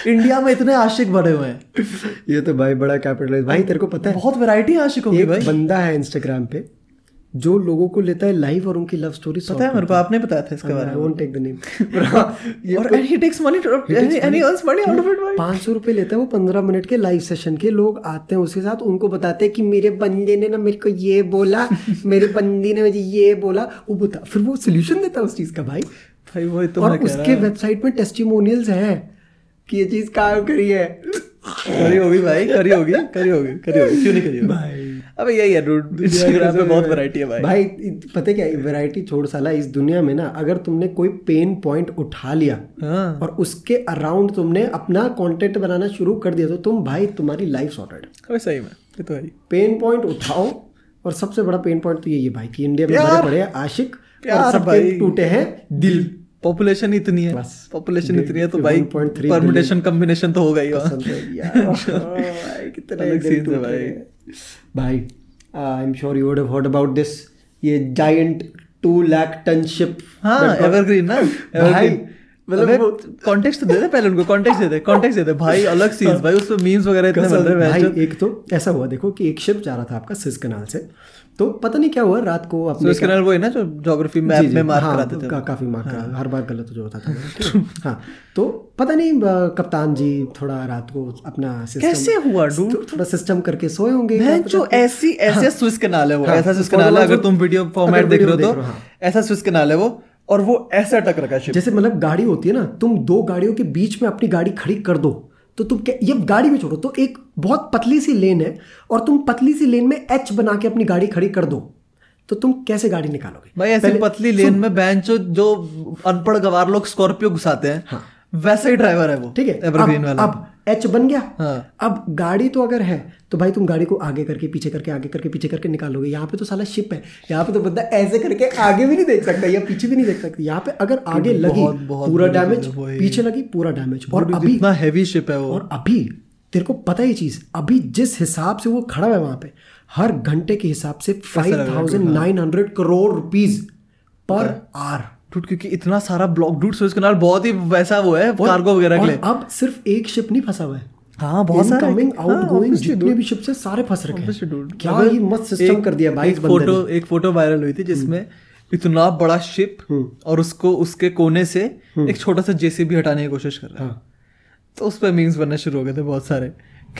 Speaker 1: इंडिया में इतने आशिक भरे हुए हैं
Speaker 2: ये तो भाई बड़ा कैपिटलाइज भाई तेरे को पता है
Speaker 1: बहुत वैरायटी आशिक होगी
Speaker 2: एक
Speaker 1: भाई
Speaker 2: बंदा है इंस्टाग्राम पे जो लोगों को लेता है लाइव और उनकी लव स्टोरी
Speaker 1: पता है मेरे को आपने बताया था इसके बारे में
Speaker 2: I won't take the name ये
Speaker 1: और and he takes money to, and he, and he earns money out of it भाई
Speaker 2: पाँच सौ रुपये लेते हैं वो पंद्रह मिनट के लाइव सेशन के लोग आते हैं उसके साथ उनको बताते हैं कि मेरे बंदे ने ना मेरे को ये बोला मेरे बंदी ने मुझे ये बोला वो बता फिर वो सोल्यूशन देता है उस चीज़ का भाई
Speaker 1: भाई वही तो
Speaker 2: और
Speaker 1: मैं कह
Speaker 2: उसके वेबसाइट में टेस्टिमोनियल्स हैं कि ये चीज़ काम करी है
Speaker 1: रहा करी होगी भाई करी होगी करी होगी करी होगी क्यों नहीं करी होगी
Speaker 2: भाई।
Speaker 1: अबे यही है डूड इंस्टाग्राम पे बहुत वैरायटी है भाई
Speaker 2: भाई पता है क्या वैरायटी छोड़ साला इस दुनिया में ना अगर तुमने कोई पेन पॉइंट उठा लिया
Speaker 1: हाँ
Speaker 2: और उसके अराउंड तुमने अपना कंटेंट बनाना शुरू कर दिया तो तुम भाई तुम्हारी लाइफ सॉर्टेड
Speaker 1: अबे सही में ये तो है ही।
Speaker 2: पेन पॉइंट उठाओ और सबसे बड़ा पेन पॉइंट तो यही है भाई कि इंडिया में
Speaker 1: प्यार।
Speaker 2: बड़े बड़े हैं आशिक
Speaker 1: प्यार
Speaker 2: और सबके
Speaker 1: भाई।
Speaker 2: टूटे हैं दिल
Speaker 1: पॉपुलेशन इतनी है
Speaker 2: बस।
Speaker 1: पॉपुलेशन इतनी है तो भाई
Speaker 2: 1.3
Speaker 1: परमुटेशन कॉम्बिनेशन तो होगा ही वहाँ
Speaker 2: कितने
Speaker 1: अलग
Speaker 2: दिल
Speaker 1: scenes है
Speaker 2: टूटे Uh,
Speaker 1: भाई।
Speaker 2: हैं। भाई I am sure you would have heard about this ये जायंट 2 लाख टन शिप
Speaker 1: हाँ एवरग्रीन ना
Speaker 2: भाई
Speaker 1: evergreen।
Speaker 2: मतलब
Speaker 1: अबे
Speaker 2: वो
Speaker 1: context तो दे दे पहले उनको कॉन्टेक्स्ट दे दे कॉन्टेक्स्ट दे दे भाई अलग सीन्स भाई उसमें मीम्स वगैरह इतने मतलब बन रहे हैं
Speaker 2: भाई
Speaker 1: हाँ। भाई
Speaker 2: एक तो ऐसा हुआ देखो कि एक शिप जा रहा था आपका सिस कनाल से तो पता नहीं क्या हुआ रात को
Speaker 1: तो
Speaker 2: अपने
Speaker 1: इसके अलावा वही ना जो ज्योग्राफी
Speaker 2: जी,
Speaker 1: मैप
Speaker 2: जी,
Speaker 1: में मार्क
Speaker 2: हाँ,
Speaker 1: कराते थे हाँ।
Speaker 2: का, काफी मार्क करा हर बार गलत हो जाता था ठीक है? हाँ तो पता नहीं अ, कप्तान जी थोड़ा रात को अपना सिस्टम
Speaker 1: कैसे हुआ डूड
Speaker 2: थोड़ा सिस्टम करके सोए होंगे
Speaker 1: बहन जो ऐसी ऐसे स्विस कनाल है वो
Speaker 2: हाँ,
Speaker 1: ऐसा स्विस
Speaker 2: for the
Speaker 1: कनाल है
Speaker 2: ones
Speaker 1: अगर
Speaker 2: who-
Speaker 1: तुम वीडियो
Speaker 2: अगर
Speaker 1: फॉर्मेट देख
Speaker 2: video
Speaker 1: रहे हो
Speaker 2: देख रहे हो,
Speaker 1: तो ऐसा स्विस कनाल है वो और वो ऐसे अटक रखा शिप
Speaker 2: जैसे मतलब गाड़ी होती है ना तुम दो गाड़ियों के बीच में अपनी गाड़ी खड़ी कर दो तो तुम क्या ये गाड़ी में छोड़ो तो एक बहुत पतली सी लेन है और तुम पतली सी लेन में एच बना के अपनी गाड़ी खड़ी कर दो तो तुम कैसे गाड़ी निकालोगे
Speaker 1: भाई ऐसी
Speaker 2: पहले-
Speaker 1: पतली लेन में बहन जो जो अनपढ़ गवार लोग स्कॉर्पियो घुसाते हैं
Speaker 2: हाँ।
Speaker 1: वैसा ही ड्राइवर है वो
Speaker 2: ठीक है
Speaker 1: एवरग्रीन
Speaker 2: अब-
Speaker 1: वाला
Speaker 2: अब एच बन गया
Speaker 1: हाँ।
Speaker 2: अब गाड़ी तो अगर है तो भाई तुम गाड़ी को आगे करके पीछे करके आगे करके पीछे करके निकालोगे यहाँ पे तो साला शिप है यहाँ पे तो बंदा ऐसे करके आगे भी नहीं देख सकता या पीछे भी नहीं देख सकता यहाँ पे अगर आगे लगी
Speaker 1: बहुत- बहुत
Speaker 2: पूरा
Speaker 1: बुरी
Speaker 2: डैमेज
Speaker 1: चीज़ है, वही।
Speaker 2: पीछे लगी पूरा डैमेज और
Speaker 1: Dude,
Speaker 2: अभी
Speaker 1: कितना हैवी शिप है वो
Speaker 2: और अभी तेरे को पता है ये चीज अभी जिस हिसाब से वो खड़ा है वहां पे हर घंटे के हिसाब से
Speaker 1: लग रहा
Speaker 2: फाइव
Speaker 1: है, हाँ।
Speaker 2: Thousand nine hundred crore rupees पर
Speaker 1: हाँ।
Speaker 2: आर
Speaker 1: डूड क्योंकि इतना सारा ब्लॉक डूड स्विस कनाल बहुत ही वैसा वो है कार्गो वगैरह के लिए
Speaker 2: अब सिर्फ एक शिप नहीं फंसा हुआ है
Speaker 1: हाँ बहुत सारा
Speaker 2: इनकमिंग
Speaker 1: हाँ,
Speaker 2: आउटगोइंग
Speaker 1: obviously,
Speaker 2: जितने भी शिप से सारे फंस रखे
Speaker 1: obviously,
Speaker 2: हैं
Speaker 1: dude.
Speaker 2: क्या
Speaker 1: अगर
Speaker 2: ये मस्त सिस्टम
Speaker 1: एक-
Speaker 2: कर दिया भाई इस
Speaker 1: एक
Speaker 2: बंदे
Speaker 1: फोटो
Speaker 2: ने हम्म।
Speaker 1: एक फोटो वायरल हुई थी जिसमें इतना बड़ा शिप और उसको उसके कोने से एक छोटा सा जेसीबी हटाने की कोशिश कर रहा है
Speaker 2: हम्म। हाँ।
Speaker 1: तो उस पर मीम्स बनना शुरू हो गए थे बहुत सारे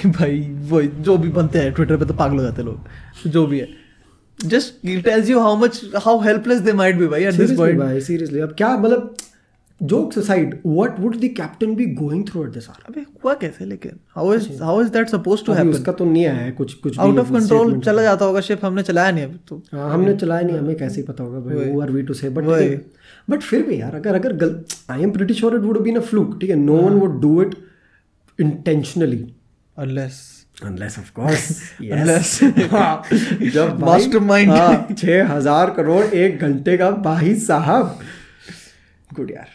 Speaker 1: कि भाई वो जो भी बनते हैं ट्विटर पे तो पागल हो जाते हैं लोग जो भी है just tells you how much how helpless they might be भाई एट दिस
Speaker 2: Seriously
Speaker 1: पॉइंट
Speaker 2: भाई सीरियसली अब क्या मतलब jokes aside what would the captain be going through at this hour
Speaker 1: अबे हुआ कैसे लेकिन how is how is that suppose to
Speaker 2: अच्छा। अभी
Speaker 1: हैपन
Speaker 2: उसका तो नहीं आया है कुछ कुछ
Speaker 1: आउट
Speaker 2: भी
Speaker 1: ऑफ कंट्रोल चला जाता होगा शिप हमने चलाया नहीं अभी तो
Speaker 2: हाँ, हमने चलाया नहीं हमें कैसे ही पता होगा भाई वो आर वी टू से बट
Speaker 1: वही।
Speaker 2: बट फिर भी यार अगर अगर गल I am pretty sure it would been a fluke ठीक है नो
Speaker 1: हाँ।
Speaker 2: One would do it intentionally
Speaker 1: unless
Speaker 2: unless of course
Speaker 1: Unless.
Speaker 2: जब
Speaker 1: हाँ। Mastermind.
Speaker 2: छः हजार करोड़ एक घंटे का भाई साहब गुड यार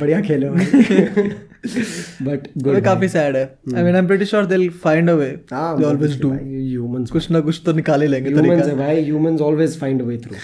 Speaker 2: बढ़िया खेले बट
Speaker 1: वो
Speaker 2: गुड
Speaker 1: मतलब काफी सैड है I mean I am pretty sure they will find a way
Speaker 2: हाँ,
Speaker 1: दे ऑलवेज डू
Speaker 2: ह्यूमंस
Speaker 1: कुछ ना कुछ तो निकाल ही लेंगे
Speaker 2: ह्यूमंस
Speaker 1: तरीका
Speaker 2: है भाई humans always find way through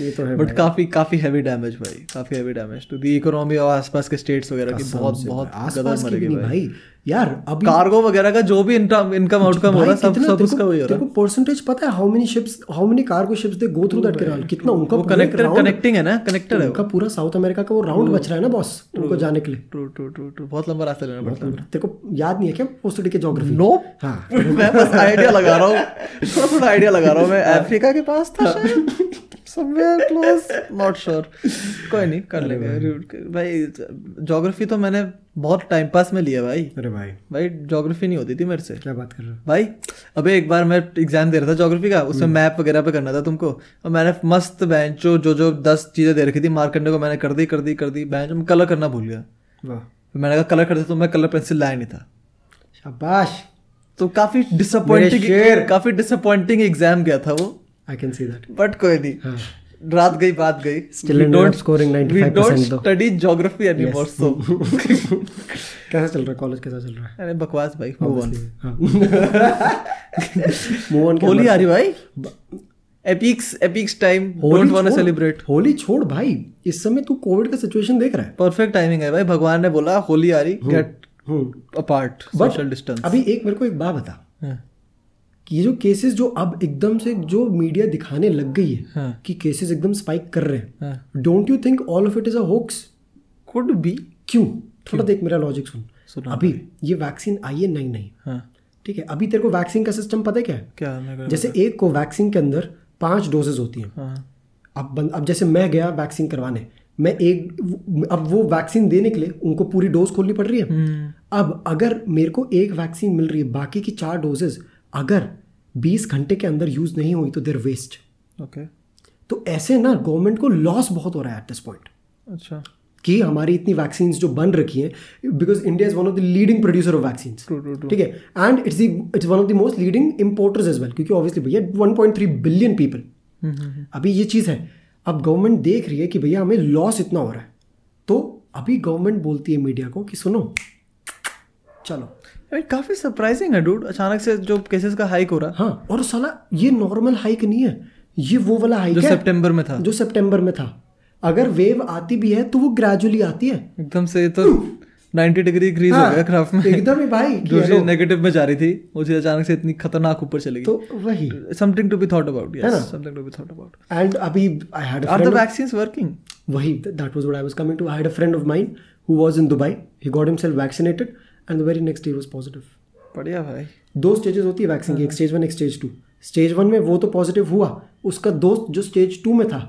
Speaker 2: ये तो है
Speaker 1: बट काफी काफी हैवी डैमेज भाई काफी heavy damage to the economy और आसपास के स्टेट्स वगैरह की बहुत बहुत गदर
Speaker 2: आसपास की भी
Speaker 1: मरेगी
Speaker 2: नहीं
Speaker 1: भाई
Speaker 2: भाई यार अभी
Speaker 1: कार्गो वगैरह का जो भी इनकम आउटकम हो रहा है सब सब उसका वही हो रहा है
Speaker 2: परसेंटेज पता है how many ships how many cargo ships they go through that canal कितना उनका
Speaker 1: वो
Speaker 2: पूरा एक
Speaker 1: कनेक्टर
Speaker 2: round-
Speaker 1: कनेक्टिंग है ना कनेक्टर है
Speaker 2: उनका पूरा साउथ अमेरिका का वो राउंड बच रहा है ना बॉस उनको जाने के लिए
Speaker 1: ट्रू ट्रू ट्रू ट्रू बहुत लंबा रास्ता लेना पड़ता
Speaker 2: तेरे को याद नहीं है क्या पोस्टडी के
Speaker 1: है
Speaker 2: ज्योग्राफी
Speaker 1: नो
Speaker 2: हाँ
Speaker 1: मैं बस आइडिया लगा रहा हूँ थोड़ा थोड़ा आइडिया लगा रहा हूँ मैं अफ्रीका के पास था शायद समवेयर क्लोज नॉट श्योर कोई नहीं कर लेंगे भाई ज्योग्राफी तो मैंने बहुत टाइम पास में लिया भाई
Speaker 2: अरे भाई
Speaker 1: भाई ज्योग्राफी नहीं होती थी मेरे से
Speaker 2: क्या बात कर रहे हो
Speaker 1: भाई अबे एक बार मैं एग्जाम दे रहा था ज्योग्राफी का उसमें मैप वगैरह पे करना था तुमको और मैंने मस्त बेंच जो जो दस चीज़ें दे रखी थी मार्क करने को मैंने कर दी कर दी कर दी बेंच में कलर करना भूल गया
Speaker 2: वाह
Speaker 1: फिर मैंने कहा कलर करते तो मैं कलर पेंसिल लाया नहीं था
Speaker 2: शाबाश
Speaker 1: तो काफ़ी डिसअपॉइंटिंग
Speaker 2: मेरे शेर।
Speaker 1: काफ़ी डिसअपॉइंटिंग एग्जाम गया था वो
Speaker 2: I can see that
Speaker 1: but कोई नहीं
Speaker 2: हाँ
Speaker 1: रात गई बात गई
Speaker 2: Still ended up scoring 95% though.
Speaker 1: Study geography anymore so
Speaker 2: कैसा चल रहा है कॉलेज कैसा चल रहा है हाँ।
Speaker 1: अरे बकवास भाई move on
Speaker 2: move on
Speaker 1: Holi आ रही भाई epics epics time don't want to celebrate
Speaker 2: Holi छोड़ भाई इस समय तू कोविड का सिचुएशन देख रहा है
Speaker 1: परफेक्ट टाइमिंग है भाई भगवान ने बोला होली आ रही get
Speaker 2: hmm.
Speaker 1: Apart
Speaker 2: But
Speaker 1: social distance
Speaker 2: अभी एक मेरे को एक बात बता
Speaker 1: हाँ,
Speaker 2: कि ये जो केसेस जो अब एकदम से जो मीडिया दिखाने लग गई है
Speaker 1: हाँ।
Speaker 2: कि केसेस एकदम स्पाइक कर रहे हैं
Speaker 1: हाँ
Speaker 2: don't you think all of it is a hoax
Speaker 1: could be
Speaker 2: क्यों थोड़ा देख मेरा लॉजिक सुन
Speaker 1: सुना
Speaker 2: अभी ये वैक्सीन आई है नई नई
Speaker 1: हाँ
Speaker 2: ठीक है अभी तेरे को वैक्सीन का सिस्टम पता है क्या है
Speaker 1: क्या मैं कर
Speaker 2: जैसे एक को वैक्सीन के अंदर पांच डोजेज होती हैं
Speaker 1: हाँ
Speaker 2: अब बंद अब जैसे मैं गया वैक्सीन करवाने मैं एक अब वो वैक्सीन देने के लिए उनको पूरी डोज खोलनी पड़ रही है
Speaker 1: हम्म,
Speaker 2: अब अगर मेरे को एक वैक्सीन मिल रही है बाकी की चार डोजेज अगर 20 घंटे के अंदर यूज नहीं हुई तो देर वेस्ट
Speaker 1: ओके
Speaker 2: तो ऐसे ना गवर्नमेंट को लॉस बहुत हो रहा है एट दिस पॉइंट
Speaker 1: अच्छा
Speaker 2: कि हमारी इतनी वैक्सीन जो बन रखी हैं because India is one of the leading producer of vaccine
Speaker 1: True, true,
Speaker 2: ठीक है and it's it's one of the most leading importers as well क्योंकि ऑब्वियसली भैया 1.3 billion people
Speaker 1: hmm, hmm, hmm,
Speaker 2: अभी ये चीज़ है अब गवर्नमेंट देख रही है कि भैया हमें लॉस इतना हो रहा है तो अभी गवर्नमेंट बोलती है मीडिया को कि सुनो चलो
Speaker 1: यार, काफी सरप्राइजिंग है डूड अचानक से जो केसेस का हाइक हो रहा
Speaker 2: हाँ और साला ये नॉर्मल हाइक नहीं है ये वो वाला हाइक
Speaker 1: जो
Speaker 2: है
Speaker 1: सितंबर में था
Speaker 2: जो सितंबर में था अगर वेव आती भी है तो वो ग्रेजुअली आती है
Speaker 1: एकदम से तो 90 डिग्री इंक्रीज हो
Speaker 2: हाँ,
Speaker 1: गया ग्राफ में
Speaker 2: एकदम ही भाई कि
Speaker 1: जो चीज
Speaker 2: hello,
Speaker 1: नेगेटिव में जा रही थी वो चीज अचानक से इतनी खतरनाक ऊपर चली गई
Speaker 2: तो वही
Speaker 1: something to be thought about
Speaker 2: है ना?
Speaker 1: Yes something to be thought about
Speaker 2: and अभी I had
Speaker 1: are the vaccines working
Speaker 2: वही that was what I was coming to I had a friend of mine who was in Dubai he got himself vaccinated and the very next day was positive
Speaker 1: बढ़िया भाई
Speaker 2: दो स्टेजेस होती है वैक्सीन की एक स्टेज वन एक स्टेज टू स्टेज वन में वो तो पॉजिटिव हुआ उसका दोस्त जो स्टेज टू में था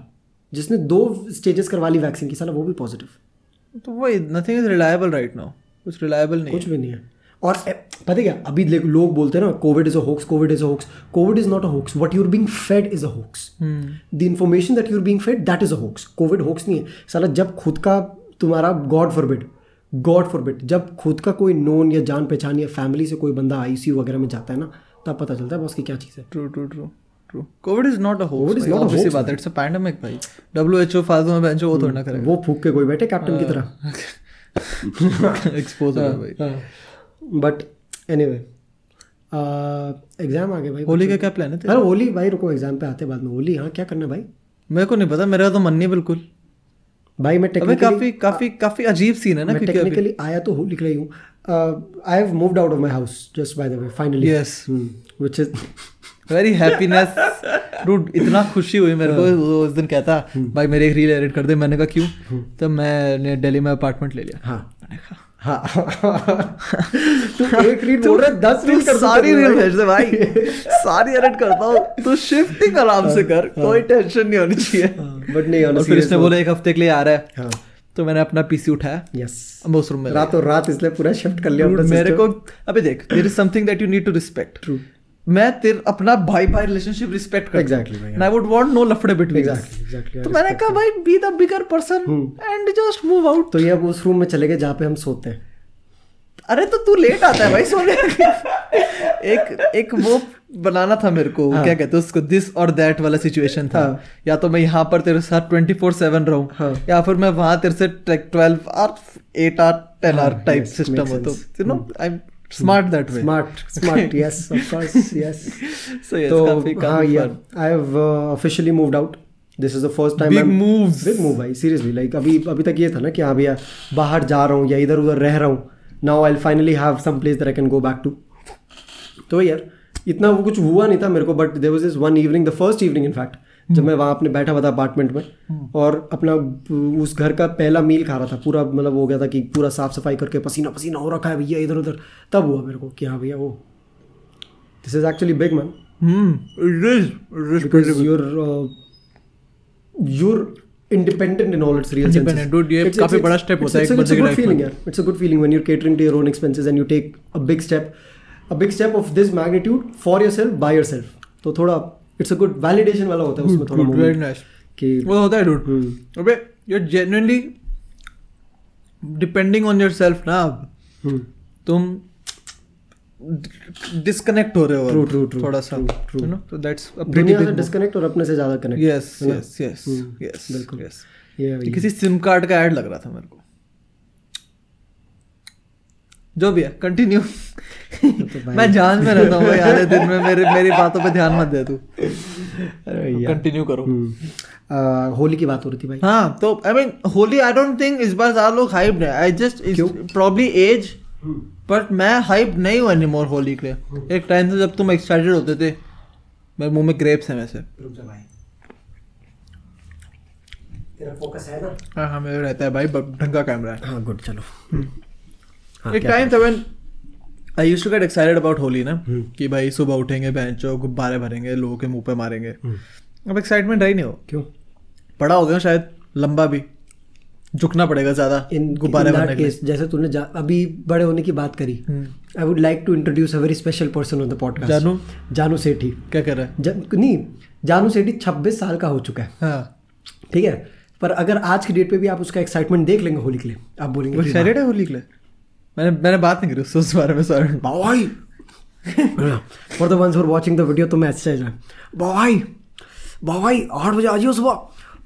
Speaker 2: जिसने दो स्टेजेस करवा ली वैक्सीन की साला वो भी पॉजिटिव
Speaker 1: तो वही nothing is reliable right now कुछ रिलायबल नहीं
Speaker 2: कुछ भी नहीं है और ए, पता है क्या अभी ले- लोग बोलते हैं ना Covid is a hoax Covid is a hoax Covid is not a hoax what you are being fed is a hoax
Speaker 1: hmm
Speaker 2: the information that you are being fed that is a hoax Covid hoax नहीं है साला जब खुद का तुम्हारा गॉड फॉरबिड गॉड फॉरबिड जब खुद का कोई नोन या जान पहचान या फैमिली से कोई बंदा आईसीयू वगैरह में जाता है ना तब पता चलता है बॉस की क्या चीज़ है
Speaker 1: true true true true Covid is not a
Speaker 2: COVID
Speaker 1: hoax
Speaker 2: is not a
Speaker 1: obviously
Speaker 2: hoax,
Speaker 1: बात है इट्स अ पैंडेमिक भाई डब्ल्यूएचओ फालतू में बेंचो वो थोड़ा ना करेगा
Speaker 2: वो फूक के कोई बैठे कैप्टन
Speaker 1: हाँ,
Speaker 2: की तरह
Speaker 1: एक्सपोज हो गया भाई
Speaker 2: हाँ। But anyway exam uh, आ गए भाई
Speaker 1: होली का क्या प्लान है तेरा?
Speaker 2: अरे होली भाई रुको एग्जाम पे आते हैं बाद में होली हाँ क्या करना है भाई
Speaker 1: मेरे को नहीं पता मेरा तो मन नहीं बिल्कुल
Speaker 2: भाई मैं
Speaker 1: अबे
Speaker 2: टेक्निकली
Speaker 1: काफी काफी काफी अजीब सीन है ना
Speaker 2: मैं
Speaker 1: क्योंकि अभी
Speaker 2: टेक्निकली आया तो हो निकला ही हूँ Uh, I have moved out of my house just by the way finally
Speaker 1: yes
Speaker 2: which is
Speaker 1: very happiness dude इतना खुशी हुई मेरे को वो उस दिन कहता भाई मेरे एक रील एडिट कर दे मैंने कहा क्यों तो मैंने दिल्ली में अपार्टमेंट ले लिया
Speaker 2: हाँ हाँ तू एक रील बोल रहा है दस
Speaker 1: तू
Speaker 2: रील कर
Speaker 1: सारी रील भेज दे भाई सारी एडिट करता हूँ तू शिफ्टिंग आराम से कर कोई टेंशन नहीं होनी चाहिए
Speaker 2: बट नहीं
Speaker 1: हाँ, और फिर इसने बोला एक हफ्ते के लिए आ रहा है
Speaker 2: हाँ
Speaker 1: तो मैंने अपना पीसी उठाया
Speaker 2: यस
Speaker 1: अब उस रूम में लगा।
Speaker 2: रातों रात इसलिए पूरा शिफ्ट कर लिया
Speaker 1: Dude,
Speaker 2: अपना
Speaker 1: मेरे
Speaker 2: system।
Speaker 1: को अबे देख there is something that you need to respect
Speaker 2: True.
Speaker 1: मैं तेरे अपना भाई भाई रिलेशनशिप रिस्पेक्ट करता
Speaker 2: Exactly, भाई,
Speaker 1: आई वुड वांट नो लफड़े बिटवीन
Speaker 2: Exactly, exactly, I
Speaker 1: तो मैंने कहा भाई be the bigger person and just move out
Speaker 2: तो ये अब उस रूम में चले गए जहाँ पे हम सोते हैं
Speaker 1: अरे तो तू लेट आता है भाई सोने एक एक वो बनाना था मेरे को
Speaker 2: हाँ।
Speaker 1: क्या कहते हैं उसको दिस और दैट वाला सिचुएशन था
Speaker 2: हाँ।
Speaker 1: या तो मैं यहाँ पर तेरे साथ ट्वेंटी फोर सेवन रहूँ
Speaker 2: हाँ।
Speaker 1: या फिर मैं वहाँ तेरे से twelve or eight or ten or
Speaker 2: हाँ,
Speaker 1: टाइप
Speaker 2: yes,
Speaker 1: सिस्टम
Speaker 2: makes
Speaker 1: हो तो
Speaker 2: sense. Hmm।
Speaker 1: You know I am smart that way
Speaker 2: smart smart yes of course yes
Speaker 1: so yes
Speaker 2: तो
Speaker 1: काफी
Speaker 2: हाँ
Speaker 1: काफी
Speaker 2: या I have officially moved out this is the first time
Speaker 1: big moves
Speaker 2: big move भाई सीरियसली लाइक अभी अभी तक ये था ना कि हाँ भैया बाहर जा रहा हूँ या इधर उधर रह रहा हूँ now I finally have some place that I can go back to तो यार इतना वो कुछ हुआ नहीं था मेरे को but there was is one evening the first evening in fact जब मैं वहाँ अपने बैठा हुआ था अपार्टमेंट में और अपना उस घर का पहला मील खा रहा था पूरा मतलब हो गया था कि पूरा साफ सफाई करके पसीना पसीना हो रखा है भैया इधर उधर तब हुआ मेरे को कि हाँ भैया वो this is actually big man
Speaker 1: Hmm, hmm it is it is
Speaker 2: because you're uh, you're independent in all its real senses.
Speaker 1: Independent, dude, ये
Speaker 2: It's- it's-
Speaker 1: काफी
Speaker 2: it's-
Speaker 1: बड़ा step
Speaker 2: it's-
Speaker 1: होता है
Speaker 2: it's
Speaker 1: एक
Speaker 2: a- it's
Speaker 1: बंदे
Speaker 2: a
Speaker 1: की
Speaker 2: good
Speaker 1: life में।
Speaker 2: feeling यार. It's a good feeling when you're catering to your own expenses and you take a big step, a big step of this magnitude for yourself by yourself. तो थोड़ा it's a good validation वाला होता है उसमें थोड़ा
Speaker 1: good, very
Speaker 2: moment
Speaker 1: nice.
Speaker 2: कि
Speaker 1: वो होता है डूड
Speaker 2: हम्म।
Speaker 1: अबे you're genuinely depending on yourself ना अब
Speaker 2: हम्म,
Speaker 1: तुम डिस्कनेक्ट हो रहे हो अब
Speaker 2: True, true, true,
Speaker 1: थोड़ा सा
Speaker 2: true, true.
Speaker 1: you know so that's a pretty
Speaker 2: दुनिया से
Speaker 1: big move.
Speaker 2: डिस्कनेक्ट और अपने से ज्यादा कनेक्ट
Speaker 1: yes yes yes
Speaker 2: हम्म,
Speaker 1: yes
Speaker 2: बिल्कुल।
Speaker 1: yes
Speaker 2: ये
Speaker 1: ये किसी सिम कार्ड का ऐड लग रहा था मेरे को जो भी है कंटिन्यू
Speaker 2: तो भाई-
Speaker 1: मैं जान में रहता हूँ भाई आधे दिन में मेरे मेरी बातों पे ध्यान मत दे तू
Speaker 2: अरे यार
Speaker 1: कंटिन्यू करो
Speaker 2: हम्म, आ, होली की बात हो रही थी भाई
Speaker 1: हाँ तो I mean Holi I don't think इस बार ज्यादा लोग हाइप है आई जस्ट
Speaker 2: क्यों?
Speaker 1: प्रॉब्ली एज
Speaker 2: हम्म।
Speaker 1: बट मैं हाइप नहीं हूँ एनी मोर होली के लिए एक टाइम से जब तुम एक्साइटेड होते थे मेरे मुंह में ग्रेप्स हैं वैसे
Speaker 2: रुक जा भाई तेरा फोकस है ना
Speaker 1: हाँ हाँ मेरे रहता है भाई बट ढंग का कैमरा है
Speaker 2: हाँ गुड चलो हाँ,
Speaker 1: Hmm. एक
Speaker 2: क्या
Speaker 1: टाइम था when I used to get excited about Holi ना
Speaker 2: हम्म।
Speaker 1: कि भाई सुबह उठेंगे बेंचो गुब्बारे भरेंगे लोगों के मुंह पे मारेंगे
Speaker 2: हम्म।
Speaker 1: अब एक्साइटमेंट रही नहीं हो
Speaker 2: क्यों
Speaker 1: बड़ा हो गया शायद लंबा भी झुकना पड़ेगा ज्यादा
Speaker 2: इन
Speaker 1: गुब्बारे भरने के लिए
Speaker 2: केस जैसे तूने जा- अभी बड़े होने की बात करी
Speaker 1: हम्म।
Speaker 2: I would like to introduce a very special person on the podcast
Speaker 1: Jaanu?
Speaker 2: Jaanu सेठी
Speaker 1: क्या कर रहा है
Speaker 2: ज- नहीं जानू सेठी 26 साल का हो चुका है
Speaker 1: हाँ
Speaker 2: ठीक है पर अगर आज की डेट पे भी आप उसका एक्साइटमेंट देख लेंगे होली के लिए आप बोलेंगे
Speaker 1: वो
Speaker 2: कि
Speaker 1: सैटरडे है होली के लिए मैंने मैंने बात नहीं करी उससे उस बारे में सॉरी
Speaker 2: भाई for the ones for watching the video तो मैसेज है भाई भाई आठ बजे आ जाइयो सुबह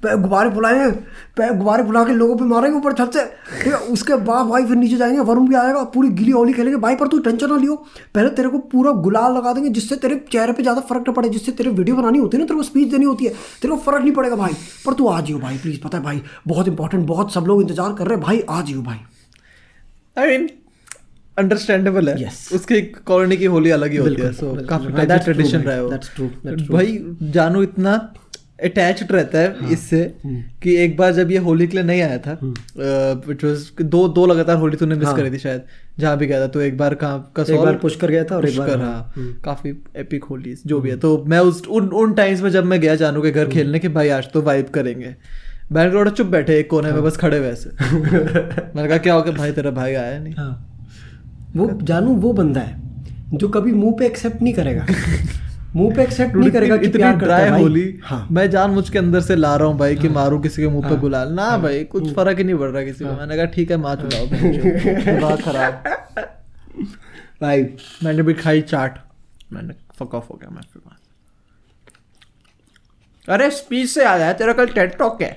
Speaker 2: पे गुब्बारे फुलाएंगे पे गुब्बारे फुला के लोगों पे मारेंगे ऊपर छत से ठीक है उसके बाद भाई फिर नीचे जाएंगे वरुण भी आएगा पूरी गिली होली खेलेंगे भाई पर तू टेंशन ना लियो पहले तेरे को पूरा गुलाल लगा देंगे जिससे तेरे चेहरे पे ज़्यादा फर्क ना पड़े जिससे तेरे वीडियो बनानी होती है ना तेरे को स्पीच देनी होती है तेरे को फर्क नहीं पड़ेगा भाई पर तू आ जियो भाई प्लीज़ पता है भाई बहुत इंपॉर्टेंट बहुत सब लोग इंतजार कर रहे हैं भाई आ जियो भाई
Speaker 1: आई मीन अंडरस्टैंडेबल है
Speaker 2: Yes.
Speaker 1: उसकी कॉलोनी की होली अलग ही होती है
Speaker 2: बिल्कुल,
Speaker 1: सो
Speaker 2: बिल्कुल।
Speaker 1: काफी
Speaker 2: हाँ,
Speaker 1: time
Speaker 2: that's true,
Speaker 1: tradition
Speaker 2: mate.
Speaker 1: रहा है वो
Speaker 2: That's true, that's true. हाँ।
Speaker 1: भाई जानू इतना अटैच्ड रहता है इससे
Speaker 2: हम्म।
Speaker 1: कि एक बार जब ये होली के लिए नहीं आया था विच वाज दो दो लगातार होली तूने मिस
Speaker 2: हाँ।
Speaker 1: करी थी शायद जहाँ भी गया था तो एक बार कहाँ का
Speaker 2: एक बार पुश कर गया था और एक
Speaker 1: पुष्कर,
Speaker 2: बार हम्म।
Speaker 1: हाँ, काफी एपिक होली जो भी है तो मैं उस उन उन टाइम्स में जब मैं गया जानू के
Speaker 2: हम्म।
Speaker 1: घर खेलने के भाई आज तो वाइब करेंगे बैंक रोड चुप बैठे एक
Speaker 2: हाँ।
Speaker 1: कोने में बस खड़े वैसे मैंने कहा क्या हो गया भाई तेरा भाई आया नहीं हाँ।
Speaker 2: वो जानू वो बंदा है जो कभी मुंह पे एक्सेप्ट नहीं करेगा मुंह पे एक्सेप्ट नहीं
Speaker 1: इतनी-
Speaker 2: करेगा कि
Speaker 1: इतनी
Speaker 2: प्यार करता
Speaker 1: ड्राई
Speaker 2: है भाई।
Speaker 1: होली हाँ।
Speaker 2: हाँ
Speaker 1: मैं जानबूझ के अंदर से ला रहा हूँ भाई कि मारू किसी के मुंह पे गुलाल ना भाई कुछ फर्क ही नहीं पड़ रहा किसी को मैंने कहा ठीक है माँ चुलाओ दिमाग खराब
Speaker 2: भाई
Speaker 1: मैंने भी खाई चाट मैंने फक ऑफ हो गया मैं फिर वहाँ से। अरे स्पीच से आ गया तेरा कल टेट टॉक है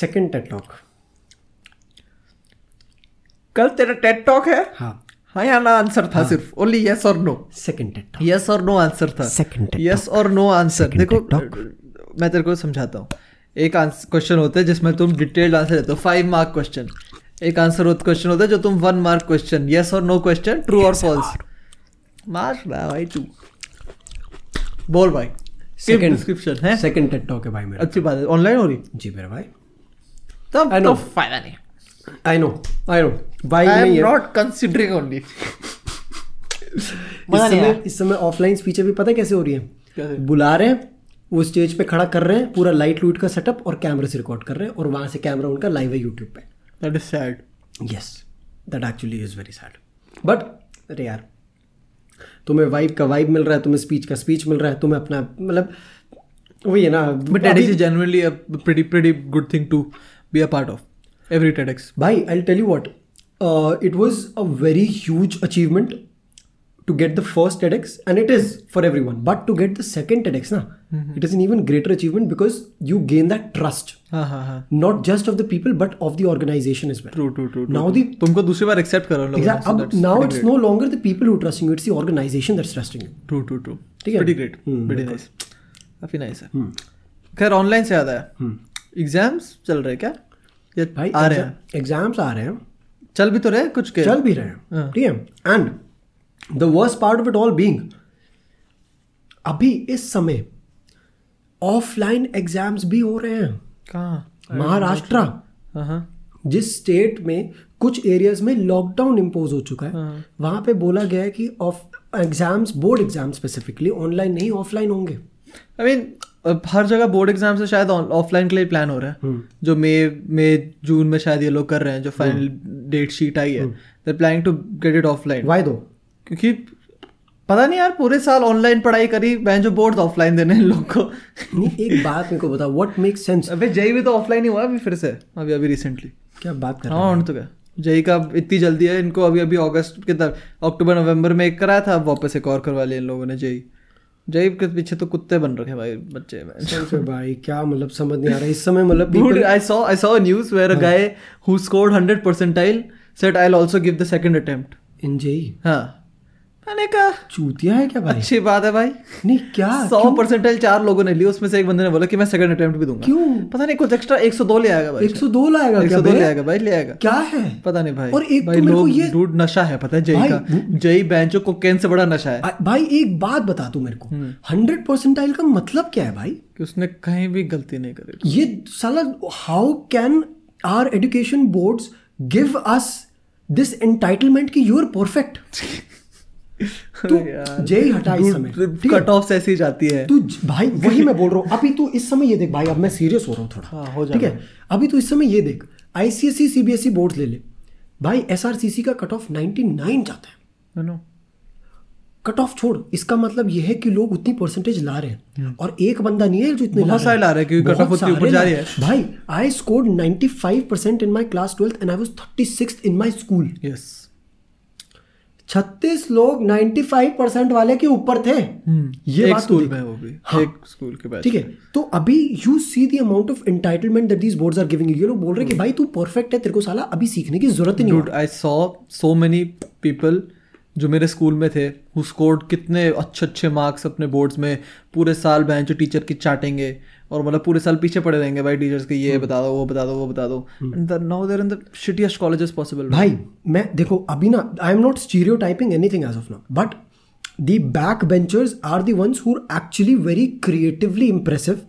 Speaker 2: सेकंड टेड टॉक
Speaker 1: कल तेरा टेट टॉक है
Speaker 2: हाँ
Speaker 1: हाँ या ना आंसर था सिर्फ ओनली यस और no
Speaker 2: second TED talk
Speaker 1: yes और नो आंसर था
Speaker 2: Second TED
Speaker 1: यस और नो आंसर
Speaker 2: Second
Speaker 1: देखो
Speaker 2: TED Talk.
Speaker 1: मैं तेरे को समझाता हूँ एक क्वेश्चन होता है जिसमें तुम डिटेल्ड आंसर देते हो फाइव मार्क क्वेश्चन एक आंसर क्वेश्चन होता है जो तुम वन मार्क क्वेश्चन यस और नो क्वेश्चन ट्रू और फॉल्स मार रहा है भाई तू बोल भाई
Speaker 2: Second.
Speaker 1: डिस्क्रिप्शन है अच्छा।
Speaker 2: सेकंड टेड टॉक है भाई मेरा
Speaker 1: अच्छी बात है ऑनलाइन हो रही
Speaker 2: जी मेरा भाई
Speaker 1: तब
Speaker 2: I
Speaker 1: तो
Speaker 2: know.
Speaker 1: फायदा नहीं
Speaker 2: आई नो आई नो भाई
Speaker 1: आई
Speaker 2: नहीं
Speaker 1: एम
Speaker 2: है
Speaker 1: नॉट कंसिडरिंग ओनली
Speaker 2: इस समय इस समय ऑफलाइन स्पीचें भी पता है कैसे हो रही
Speaker 1: कैसे?
Speaker 2: है बुला रहे हैं वो स्टेज पे खड़ा कर रहे हैं पूरा लाइट लूट का सेटअप और कैमरे से रिकॉर्ड कर रहे हैं और वहां से कैमरा उनका लाइव है यूट्यूब पे
Speaker 1: that is sad
Speaker 2: yes that actually is very sad but अरे यार तुम्हें वाइब का वाइब मिल रहा है तुम्हें स्पीच का स्पीच मिल रहा है तुम्हें अपना मतलब वही है ना
Speaker 1: But TEDx is genuinely a pretty pretty good thing to be a part of. Every TEDx.
Speaker 2: भाई I tell you what it was a very huge achievement to get the first TEDx and it is for every one but to get the second TEDx ना
Speaker 1: Mm-hmm.
Speaker 2: It is an even greater achievement because you gain that trust
Speaker 1: हाँ हाँ हाँ
Speaker 2: not just of the people but of the organisation is well
Speaker 1: true true true
Speaker 2: now दी
Speaker 1: तुमको दूसरी बार एक्सेप्ट करो लोग
Speaker 2: Exactly. Ab- now it's no longer the people who trust you; it's the organization that's trusting you.
Speaker 1: True true true
Speaker 2: ठीक है?
Speaker 1: pretty great
Speaker 2: हम्म,
Speaker 1: pretty nice काफी नाइस है खैर ऑनलाइन से याद आया एग्जाम्स चल रहे हैं क्या या
Speaker 2: हम्म। भाई
Speaker 1: आ रहे हैं
Speaker 2: एग्जाम्स आ रहे हैं
Speaker 1: चल भी तो रहे हैं कुछ के
Speaker 2: चल भी रहे हैं ठीक है and the worst part of it all being अभी इस समय ऑफलाइन एग्जाम्स भी हो रहे हैं
Speaker 1: कहाँ
Speaker 2: महाराष्ट्र
Speaker 1: हाँ हाँ
Speaker 2: जिस स्टेट में कुछ एरियाज में लॉकडाउन इम्पोज हो चुका है
Speaker 1: हाँ।
Speaker 2: वहां पे बोला गया है कि off exams board exam specifically online नहीं ऑफलाइन होंगे
Speaker 1: आई मीन अब हर जगह बोर्ड एग्जाम से शायद ऑफलाइन के लिए प्लान हो रहा है
Speaker 2: हम्म।
Speaker 1: जो मई मई जून में शायद ये लोग कर रहे हैं जो फाइनल डेट शीट आई है
Speaker 2: हम्म।
Speaker 1: They planning to get it offline
Speaker 2: why though
Speaker 1: क्योंकि पता नहीं यार पूरे साल ऑनलाइन पढ़ाई करी मैं जो बोर्ड ऑफलाइन देने हैं इन लोग को
Speaker 2: नहीं एक बात मेरे को बता व्हाट मेक सेंस
Speaker 1: अबे जेई भी तो ऑफलाइन ही हुआ अभी फिर से अभी अभी रिसेंटली
Speaker 2: क्या बात कर रहा
Speaker 1: हाँ और तो क्या जेई का अब इतनी जल्दी है इनको अभी अभी अगस्त के तर अक्टूबर नवंबर में एक कराया था अब वापस एक और करवा लिया इन लोगों ने जेई जेई के पीछे तो कुत्ते बन रखे हैं भाई बच्चे में
Speaker 2: sense है भाई क्या मतलब समझ नहीं आ रहा इस समय मतलब
Speaker 1: Dude, हाँ। I saw I saw a news where a guy who scored 100 percentile said I'll also give the second attempt.
Speaker 2: एनजेई
Speaker 1: हाँ मैंने कहा
Speaker 2: चूतिया है क्या भाई
Speaker 1: अच्छी बात है भाई
Speaker 2: नहीं क्या
Speaker 1: सौ परसेंटाइल चार लोगों ने लिया उसमें से एक बंदे ने बोला कि मैं सेकंड अटेम्प्ट भी दूंगा
Speaker 2: क्यों?
Speaker 1: पता नहीं कुछ एक्स्ट्रा 102 ले आएगा भाई
Speaker 2: 102 लाएगा क्या
Speaker 1: 102
Speaker 2: बे?
Speaker 1: ले आएगा भाई ले आएगा
Speaker 2: क्या है
Speaker 1: पता नहीं भाई
Speaker 2: और एक
Speaker 1: भाई
Speaker 2: तो मेरे को
Speaker 1: लोग
Speaker 2: ये-
Speaker 1: dude, नशा है पता है जई
Speaker 2: भाई,
Speaker 1: का जई बेंचो कोकेन से बड़ा नशा है
Speaker 2: आ- भाई एक बात बता तू मेरे को
Speaker 1: हम्म।
Speaker 2: हंड्रेड परसेंटाइल का मतलब क्या है भाई
Speaker 1: कि उसने कहीं भी गलती नहीं करी
Speaker 2: ये साला how can are education boards give us this entitlement कि यू आर परफेक्ट तू जेई हटा इस समय ठीक है? तो-
Speaker 1: कट ऑफ ऐसी जाती है
Speaker 2: तू ज- भाई वही मैं बोल रहा हूँ अभी तू इस समय ये देख भाई अब मैं सीरियस हो रहा हूँ थोड़ा
Speaker 1: हाँ, हो जा
Speaker 2: ठीक है अभी तू इस समय ये देख आईसीएसई सीबीएसई बोर्ड E ले ले भाई एसआरसीसी का कट ऑफ 99 जाता है
Speaker 1: You know?
Speaker 2: कट ऑफ छोड़ इसका मतलब यह है कि लोग उतनी परसेंटेज ला रहे हैं और एक बंदा नहीं है जो इतने
Speaker 1: हम्म। बहुत सारे ला रहे हैं, क्योंकि cut
Speaker 2: बहुत
Speaker 1: off उतनी ऊपर
Speaker 2: सारे
Speaker 1: जा
Speaker 2: ला-
Speaker 1: रही है।
Speaker 2: भाई I scored 95% in my class 12th and I was 36th in my school
Speaker 1: Yes.
Speaker 2: 36 लोग 95% वाले के ऊपर थे
Speaker 1: हम्म, एक
Speaker 2: बात तो
Speaker 1: स्कूल
Speaker 2: देख।
Speaker 1: में है वो भी
Speaker 2: हाँ।
Speaker 1: एक स्कूल के बैच
Speaker 2: ठीक है तो अभी you see the amount of entitlement that these boards are giving you ये लोग बोल रहे हैं कि भाई तू परफेक्ट है तेरे को साला अभी सीखने की जरूरत ही नहीं
Speaker 1: dude i saw so many people जो मेरे स्कूल में थे हु स्कोर्ड कितने अच्छे अच्छे मार्क्स अपने बोर्ड्स में पूरे साल बहन जो टीचर की चाटेंगे और मतलब पूरे साल पीछे पड़े रहेंगे भाई टीचर्स के
Speaker 2: हम्म।
Speaker 1: ये बता दो वो बता दो वो बता दो and now there in the shittiest colleges possible
Speaker 2: भाई मैं देखो अभी ना I am not stereotyping anything as of now but the back benchers are the ones who actually very creatively impressive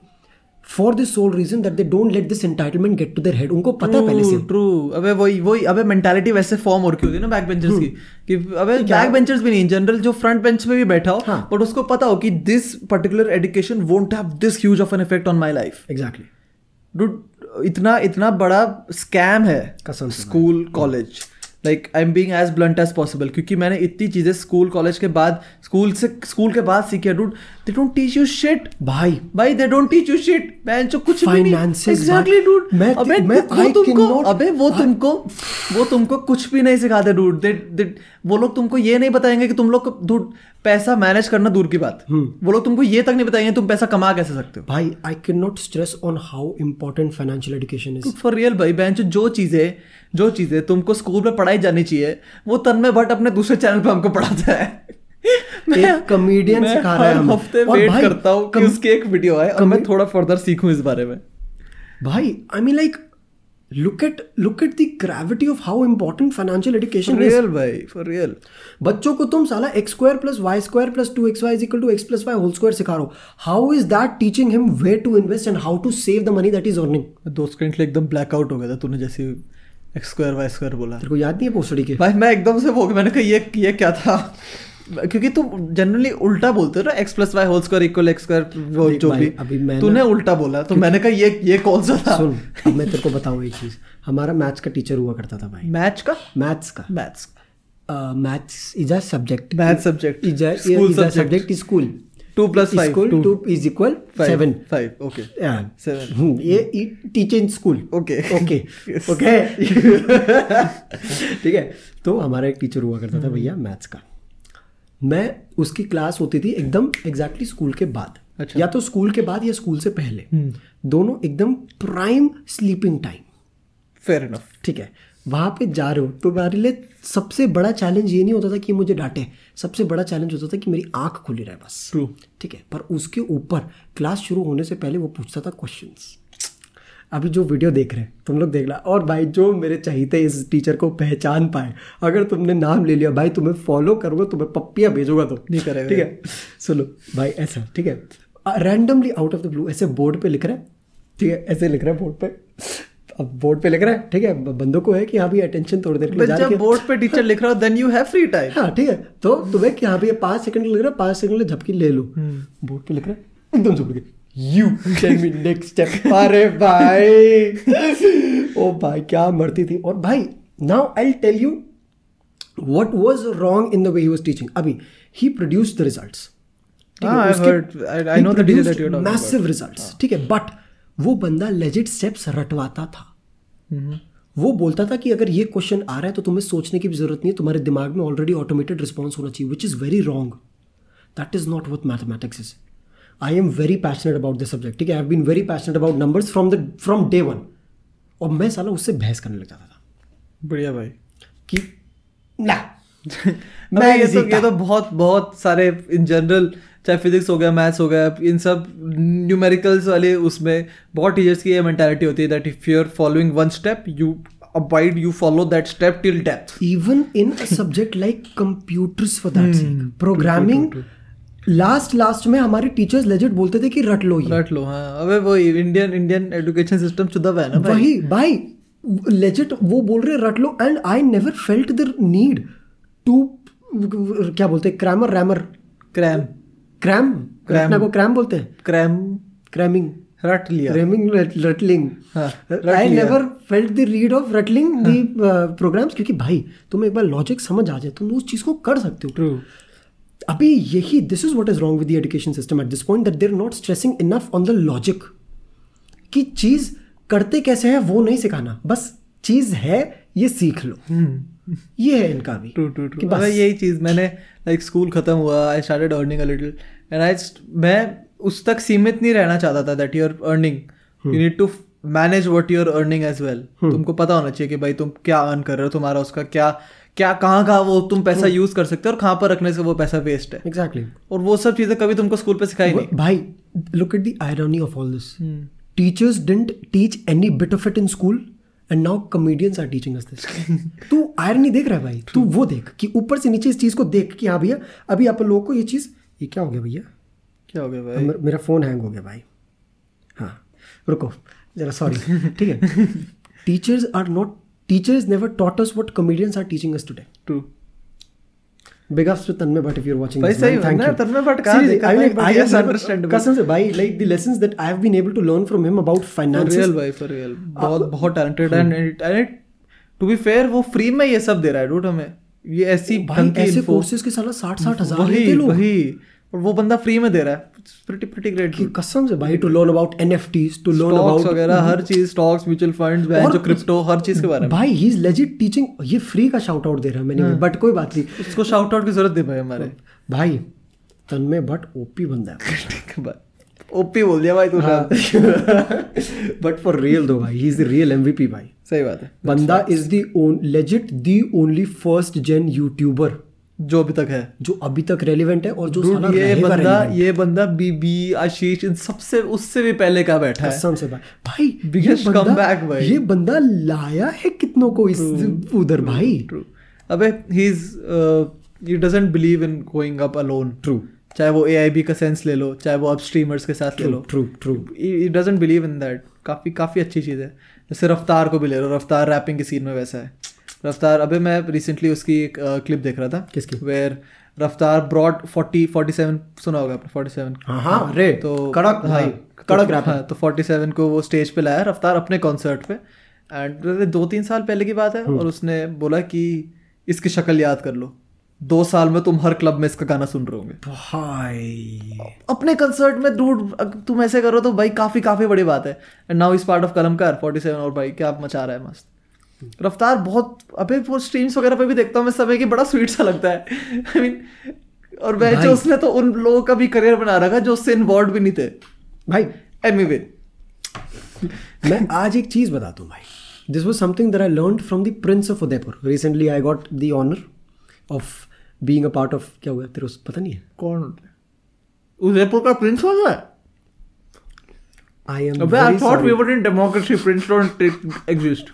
Speaker 2: for this sole reason that they don't let this entitlement get to their head उनको पता है पहले से
Speaker 1: ट्रू अबे वही वही अबे मेंटालिटी वैसे फॉर्म हो रखी होती है ना बैक बेंचर्स
Speaker 2: Hmm.
Speaker 1: की कि अबे बैक बेंचर्स भी नहीं इन जनरल जो फ्रंट बेंच पे भी बैठा हो
Speaker 2: हाँ।
Speaker 1: बट उसको पता हो कि this particular education won't have this huge of an effect on my life
Speaker 2: exactly
Speaker 1: dude इतना इतना बड़ा स्कैम है
Speaker 2: कसम से
Speaker 1: school college like I am being as blunt as possible क्योंकि मैंने इतनी चीज़ें स्कूल कॉलेज के बाद स्कूल से स्कूल के बाद सीखी है dude they don't teach you shit
Speaker 2: भाई
Speaker 1: भाई they don't teach you shit man जो कुछ
Speaker 2: Finances,
Speaker 1: भी नहीं एग्जैक्टली
Speaker 2: भाई।
Speaker 1: डूड
Speaker 2: मैं-
Speaker 1: अबे
Speaker 2: मैं-
Speaker 1: वो
Speaker 2: I
Speaker 1: तुमको
Speaker 2: cannot-
Speaker 1: अबे वो तुमको वो तुमको कुछ भी नहीं सिखाते डूड दे, दे वो लोग तुमको ये नहीं बताएंगे कि तुम लोग को dude, पैसा मैनेज करना दूर की बात
Speaker 2: हम्म।
Speaker 1: वो लोग तुमको ये तक नहीं बताएंगे तुम पैसा कमा कैसे सकते हो
Speaker 2: भाई I can not stress on how important financial education is
Speaker 1: for real भाई बहन जो- जो चीजें जो चीजें तुमको स्कूल में पढ़ाई जानी चाहिए वो तन्मय भट्ट अपने दूसरे चैनल पे हमको पढ़ाता है
Speaker 2: एक comedian
Speaker 1: मैं
Speaker 2: सिखा रहा है
Speaker 1: हर
Speaker 2: हमें।
Speaker 1: हफ्ते
Speaker 2: और
Speaker 1: वेट
Speaker 2: भाई,
Speaker 1: करता हूँ कि
Speaker 2: कम-
Speaker 1: उसकी एक वीडियो आए और मैं थोड़ा फर्दर सीखूं इस बारे में
Speaker 2: भाई I mean like look at look at the gravity of how important financial education is
Speaker 1: real भाई फॉर रियल
Speaker 2: बच्चों को तुम साला x square plus y square plus two x y is equal to x plus y whole square सिखा रहे हो how is that teaching him way to invest and how to save the money that is earning
Speaker 1: दोस्त के लिए एकदम ब्लैकआउट हो गया था तूने जैसे एक्स स्क्वायर वाई स्क्वायर बोला
Speaker 2: तेरे को याद नहीं है पोस्टडी के
Speaker 1: भाई मैं एकदम से वो हो गया। मैंने कहा ये ये क्या था क्योंकि तुम जनरली उल्टा बोलते हो ना x plus y whole square equal x square
Speaker 2: देख
Speaker 1: जो
Speaker 2: भाई,
Speaker 1: भी
Speaker 2: अभी मैं
Speaker 1: तूने उल्टा बोला तो मैंने कहा ये ये कौन सा था
Speaker 2: सुन अब मैं तेरे को बताऊँ एक चीज हमारा मैथ्स का टीचर हुआ करता था भाई
Speaker 1: मैच का
Speaker 2: मैथ्स का
Speaker 1: maths
Speaker 2: maths is a subject
Speaker 1: Maths subject.
Speaker 2: Is a
Speaker 1: School subject.
Speaker 2: Subject is school
Speaker 1: two plus five
Speaker 2: school two is equal seven
Speaker 1: five okay Seven.
Speaker 2: ये teacher in school
Speaker 1: Okay.
Speaker 2: Okay
Speaker 1: Yes.
Speaker 2: Okay ठीक है तो हमारा एक टीचर हुआ करता था
Speaker 1: हम्म।
Speaker 2: भैया मैथ्स का मैं उसकी क्लास होती थी एकदम एग्जैक्टली स्कूल के बाद
Speaker 1: अच्छा। हम्म।
Speaker 2: या तो स्कूल के बाद या स्कूल से पहले दोनों एकदम prime sleeping time
Speaker 1: fair enough
Speaker 2: ठीक है वहाँ पे जा रहे हो तो मेरे लिए सबसे बड़ा चैलेंज ये नहीं होता था कि मुझे डांटे सबसे बड़ा चैलेंज होता था कि मेरी आंख खुली रहे बस
Speaker 1: True.
Speaker 2: ठीक है पर उसके ऊपर क्लास शुरू होने से पहले वो पूछता था क्वेश्चंस अभी जो वीडियो देख रहे हैं तुम लोग देख ला और भाई जो मेरे चाहते इस टीचर को पहचान पाए अगर तुमने नाम ले लिया भाई तुम्हें फॉलो करूंगा तुम्हें पप्पियाँ भेजूंगा तो
Speaker 1: नहीं करेगा।
Speaker 2: ठीक है सुनो भाई ऐसा ठीक है randomly out of the blue ऐसे बोर्ड पे लिख रहा है ठीक है ऐसे लिख रहा है बोर्ड पे अब बोर्ड पे लिख रहा है ठीक है ब- बंदों को है कि हाँ भी अटेंशन थोड़ी देर के लिए जा
Speaker 1: जब
Speaker 2: रही है
Speaker 1: बोर्ड पे टीचर लिख रहा हो then you have free time
Speaker 2: हाँ ठीक है तो तुम्हें कि हाँ भी ये पाँच सेकंड लग रहा है पाँच सेकंड में झपकी ले लो बोर्ड पे लिख रहा है एकदम झपकी you tell me next step अरे भाई ओ भाई क्या मरती थी और भाई now I tell you what was wrong in the way he was teaching abhi he produced the results ठीक है,
Speaker 1: हाँ, I've
Speaker 2: उसके-
Speaker 1: heard- I- I
Speaker 2: he
Speaker 1: know the teacher
Speaker 2: produced
Speaker 1: that you're talking about. हाँ।
Speaker 2: massive results ठीक है बट वो बंदा लेजिट स्टेप्स रटवाता था
Speaker 1: हम्म।
Speaker 2: वो बोलता था कि अगर ये क्वेश्चन आ रहा है तो तुम्हें सोचने की भी जरूरत नहीं है तुम्हारे दिमाग में ऑलरेडी ऑटोमेटेड रिस्पॉन्स होना चाहिए which is very wrong that is not what mathematics is I am very passionate about this subject ठीक है I been very passionate about numbers from the from day one और मैं साला उससे बहस करने लग जाता था
Speaker 1: बढ़िया भाई
Speaker 2: कि ना
Speaker 1: मैं
Speaker 2: मैं
Speaker 1: ये तो
Speaker 2: जीता।
Speaker 1: ये तो बहुत बहुत सारे इन जनरल चाहे फिजिक्स हो गया मैथ्स हो गया इन सब न्यूमेरिकल्स वाले उसमें बहुत टीचर्स की ये मेंटालिटी होती है that if you are following one step you abide you follow that step till depth
Speaker 2: even in a subject like computers for that
Speaker 1: Hmm.
Speaker 2: sake programming last last में हमारे टीचर्स लेजिट बोलते थे कि रट लो ये
Speaker 1: रट लो हाँ अबे वो इंडियन इंडियन एजुकेशन सिस्टम चुदा हुआ है ना भाई हाँ।
Speaker 2: वही भाई लेजिट वो बोल रहे रट लो and I never felt the need to क्या बोलते हैं क्रैमर रैमर
Speaker 1: क्रैम
Speaker 2: क्रैम रटना को क्रैम बोलते हैं
Speaker 1: क्रैम
Speaker 2: क्रैमिंग
Speaker 1: रट लिया
Speaker 2: रैमिंग रटलिंग
Speaker 1: हाँ,
Speaker 2: आई
Speaker 1: रटलिंग।
Speaker 2: Never felt the read of रटलिंग द प्रोग्राम्स क्योंकि भाई तुम एक बार लॉजिक समझ आ जाए तुम उस चीज को कर सकते हो
Speaker 1: ट्रू
Speaker 2: अभी यही this is what is wrong with education system at this point that there not stressing enough on the logic कि चीज करते कैसे है वो नहीं सिखाना बस चीज है ये सीख लो
Speaker 1: हम्म।
Speaker 2: ये है इनका भी
Speaker 1: ट्रू ट्रू
Speaker 2: कि
Speaker 1: ट्रू
Speaker 2: बस
Speaker 1: अरे यही चीज़ मैंने लाइक स्कूल ख़त्म हुआ I started earning a little and I मैं उस तक सीमित नहीं रहना चाहता था that you are earning you need to manage what you are earning as well तुमको पता होना चाहिए कि भाई तुम क्या अर्न कर रहे हो तुम्हारा उसका क्या क्या कहाँ कहाँ वो तुम पैसा यूज़ कर सकते हो और कहाँ पर रखने से वो पैसा वेस्ट है
Speaker 2: एग्जैक्टली
Speaker 1: और वो सब चीज़ें कभी तुमको स्कूल पे सिखाई नहीं हम्म।
Speaker 2: भाई look at the irony of all this teachers didn't teach any bit of it in school and now comedians are teaching us this तू आयरनी देख रहा है भाई तू वो देख कि ऊपर से नीचे इस चीज को देख कि हाँ भैया अभी आप लोगों को ये चीज ये क्या हो गया भैया
Speaker 1: क्या हो गया भाई
Speaker 2: मेरा मेरा फोन हैंग हो गया भाई हाँ रुको जरा सॉरी ठीक है teachers are not teachers never taught us what comedians are teaching us today
Speaker 1: true
Speaker 2: big ups to tanmay but if you're watching
Speaker 1: भाई
Speaker 2: this
Speaker 1: सही
Speaker 2: man, thank
Speaker 1: ना,
Speaker 2: you
Speaker 1: तन्मय भट्ट कहाँ
Speaker 2: Seriously,
Speaker 1: देखा
Speaker 2: I
Speaker 1: भाई,
Speaker 2: mean,
Speaker 1: but
Speaker 2: I
Speaker 1: yes,
Speaker 2: have never-
Speaker 1: understandable.
Speaker 2: कसम से भाई like the lessons that i have been able to learn from him about
Speaker 1: for
Speaker 2: finances
Speaker 1: real भाई फॉर रियल बहुत बहुत talented and and to be fair वो फ्री में ये सब दे रहा है डूट हमें ये ऐसी
Speaker 2: भाई
Speaker 1: गंदी
Speaker 2: ऐसे
Speaker 1: info-
Speaker 2: कोर्सेज के साला साठ साठ हजार लेते
Speaker 1: वही
Speaker 2: लोग
Speaker 1: वही और वो बंदा फ्री में दे रहा है प्रिटी प्रिटी ग्रेट
Speaker 2: कि कसम से भाई to learn about nfts to learn
Speaker 1: stocks
Speaker 2: about
Speaker 1: वगैरह हर चीज स्टॉक्स म्यूचुअल फंड्स
Speaker 2: और-
Speaker 1: बैंक क्रिप्टो हर चीज के बारे में
Speaker 2: भाई ही इज लेजिट टीचिंग ये फ्री का शाउट आउट दे रहा है
Speaker 1: हाँ।
Speaker 2: मैंने बट कोई बात नहीं
Speaker 1: उसको शाउट आउट की जरूरत दे भाई हमारे
Speaker 2: भाई तन्मय भट्ट ओपी बंदा है हाँ।
Speaker 1: ओपी बोल दिया भाई तूने
Speaker 2: बट फॉर रियल दो भाई he is the real MVP भाई
Speaker 1: सही बात है
Speaker 2: बंदा is the legit the only first gen YouTuber
Speaker 1: जो अभी तक है
Speaker 2: जो अभी तक रेलिवेंट है और जो
Speaker 1: Dude,
Speaker 2: तो साला
Speaker 1: ये
Speaker 2: रहेगा
Speaker 1: बंदा
Speaker 2: relevant।
Speaker 1: ये बंदा बीबी आशीष इन सबसे उससे भी पहले का बैठा है
Speaker 2: कसम से भाई भाई ये
Speaker 1: Biggest
Speaker 2: बंदा-
Speaker 1: comeback भाई।
Speaker 2: ये बंदा लाया है कितनों को इस उधर भाई
Speaker 1: ट्रू अबे uh, he is he doesn't believe in going up alone
Speaker 2: true
Speaker 1: चाहे वो एआईबी का सेंस ले लो चाहे वो अप स्ट्रीमर्स के साथ ले लो
Speaker 2: true true
Speaker 1: he doesn't believe in that काफ़ी काफ़ी अच्छी चीज़ है जैसे रफ्तार को भी ले लो रफ्तार रैपिंग के सीन में वैसा है रफ्तार अबे मैं रिसेंटली उसकी एक क्लिप देख रहा था
Speaker 2: किसकी?
Speaker 1: वेयर रफ्तार ब्रॉड 40 47 सुना होगा आपने 47
Speaker 2: हाँ हाँ रे
Speaker 1: तो
Speaker 2: कड़क
Speaker 1: हाँ,
Speaker 2: भाई
Speaker 1: तो-
Speaker 2: कड़क रैप
Speaker 1: हाँ तो 47 को वो स्टेज पे लाया रफ्तार अपने कॉन्सर्ट पे एंड दो तीन साल पहले की बात है
Speaker 2: हम्म।
Speaker 1: और उसने बोला कि इसकी शक्ल याद कर लो दो साल में तुम हर क्लब में इसका गाना सुन रहे होंगे
Speaker 2: भाई
Speaker 1: अपने कंसर्ट में दूर तुम ऐसे करो तो भाई काफी काफी बड़ी बात है and now is part of Kalamkaar 47 और भाई क्या मचा रहा है मस्त रफ्तार बहुत अबे वो स्ट्रीम्स वगैरह पे भी देखता हूँ मैं समय की बड़ा स्वीट सा लगता है आई मीन और मैं
Speaker 2: भाई।
Speaker 1: जो उसने तो उन लोगों का भी करियर बना रखा है, जो उससे इन्वॉल्व भी नहीं थे
Speaker 2: भाई
Speaker 1: एनीवे
Speaker 2: मैं आज एक चीज बताता हूँ भाई this was something that I learned from the prince of Udaipur recently I got the honour of being a part of क्या हुआ तेरे उस पता नहीं है
Speaker 1: कौन उदयपुर का प्रिंस हो गया
Speaker 2: आई एम
Speaker 1: अबे I thought we were in democracy prince don't exist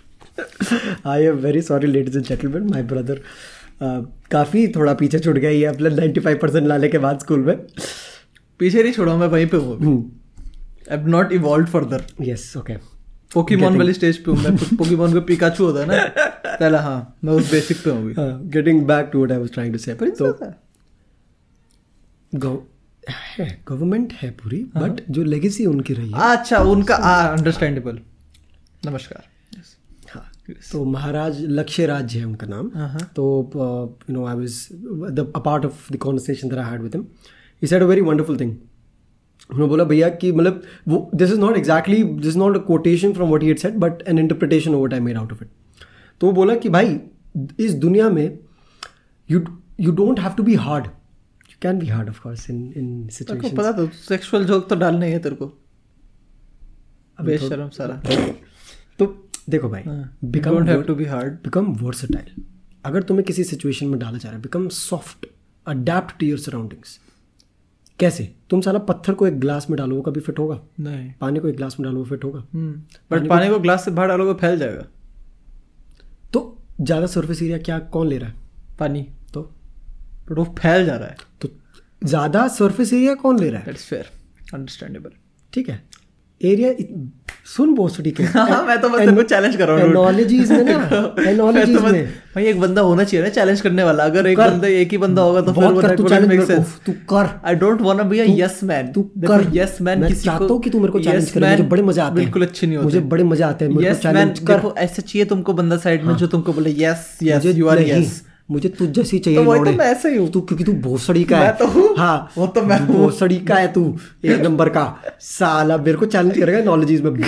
Speaker 2: I am very sorry ladies and gentleman my brother काफ़ी uh, थोड़ा पीछे छूट गया ये अपना 95% फाइव परसेंट लाने के बाद स्कूल में
Speaker 1: पीछे नहीं छोड़ा मैं वहीं पे हूँ I have not evolve further
Speaker 2: yes okay
Speaker 1: Pokemon वाली स्टेज पे हूँ मैं पोकेमोन का पिकाचू होता है ना पहला हाँ मैं उस बेसिक
Speaker 2: हाँ,
Speaker 1: पे
Speaker 2: Uh,
Speaker 1: हूँ अभी। तो
Speaker 2: तो getting back to what I was trying to say
Speaker 1: Prince
Speaker 2: तो
Speaker 1: होता है।
Speaker 2: गो है गवर्नमेंट है पूरी बट जो लेगेसी उनकी रही है
Speaker 1: अच्छा उनका अंडरस्टैंडेबल नमस्कार
Speaker 2: हाँ तो महाराज लक्ष्य राज्य है उनका नाम तो you know I was the a part of the conversation that I had with him he said a very wonderful thing उन्होंने बोला भैया कि मतलब वो this is not exactly this is not a quotation from what he had said but an interpretation over time made out of it तो वो बोला कि भाई इस दुनिया में you you don't have to be hard you can be hard of course in in
Speaker 1: तेरे को
Speaker 2: सिचुएशन
Speaker 1: पता तो सेक्सुअल जोक तो डालना ही है तेरे को बेशरम हाँ, सारा
Speaker 2: तो देखो भाई become
Speaker 1: don't have to be hard
Speaker 2: become versatile अगर तुम्हें किसी सिचुएशन में डाला जा रहा है become soft adapt to your surroundings कैसे तुम साला पत्थर को एक ग्लास में डालो वो कभी फिट होगा
Speaker 1: नहीं
Speaker 2: पानी को एक ग्लास में डालो वो फिट होगा
Speaker 1: बट हम्म, पानी को ग्लास से बाहर डालोगे फैल जाएगा
Speaker 2: तो ज़्यादा सरफेस एरिया क्या कौन ले रहा है
Speaker 1: पानी
Speaker 2: तो
Speaker 1: बट वो फैल जा रहा है
Speaker 2: तो ज़्यादा सरफेस एरिया कौन ले रहा है
Speaker 1: दैट्स फेयर अंडरस्टैंडेबल
Speaker 2: ठीक है एरिया सुन बोसड़ी के
Speaker 1: हाँ, मैं तो बस तेरे को challenge कर रहा हूँ, dude.
Speaker 2: एनोलॉजीज में ना एनोलॉजीज
Speaker 1: तो
Speaker 2: में
Speaker 1: भाई एक बंदा होना चाहिए ना चैलेंज करने वाला अगर एक
Speaker 2: कर।
Speaker 1: बंदा एक ही बंदा होगा तो फिर
Speaker 2: बहुत
Speaker 1: वो
Speaker 2: कर
Speaker 1: that
Speaker 2: तू
Speaker 1: wouldn't
Speaker 2: challenge
Speaker 1: make
Speaker 2: मेरे को,
Speaker 1: sense.
Speaker 2: तू कर
Speaker 1: I don't want to be a yes man
Speaker 2: तू कर
Speaker 1: यस मैन
Speaker 2: मैं
Speaker 1: किसी
Speaker 2: चाहता
Speaker 1: को
Speaker 2: हूं कि तू मेरे को चैलेंज
Speaker 1: yes
Speaker 2: करे मुझे
Speaker 1: man
Speaker 2: बड़े मजा आते हैं
Speaker 1: बिल्कुल अच्छे नहीं होते
Speaker 2: मुझे बड़े मजा आते हैं मेरे को
Speaker 1: यस मैन
Speaker 2: चैलेंज कर हाँ।
Speaker 1: देखो ऐसे चाहिए तुमको बंदा साइड में जो तुमको बोले यस यस
Speaker 2: मुझे
Speaker 1: यू आर
Speaker 2: नहीं,
Speaker 1: यस
Speaker 2: मुझे तुझ जैसी चाहिए
Speaker 1: तो वही तो
Speaker 2: लौड़े।
Speaker 1: मैं ऐसे ही हूँ।
Speaker 2: तू क्योंकि तू भोसड़ी का
Speaker 1: मैं
Speaker 2: है
Speaker 1: तो हूँ।
Speaker 2: हाँ
Speaker 1: वो तो मैं हूँ।
Speaker 2: भोसड़ी का है तू एक नंबर का साला मेरे को चैलेंज करेगा नॉलेजीज में ब-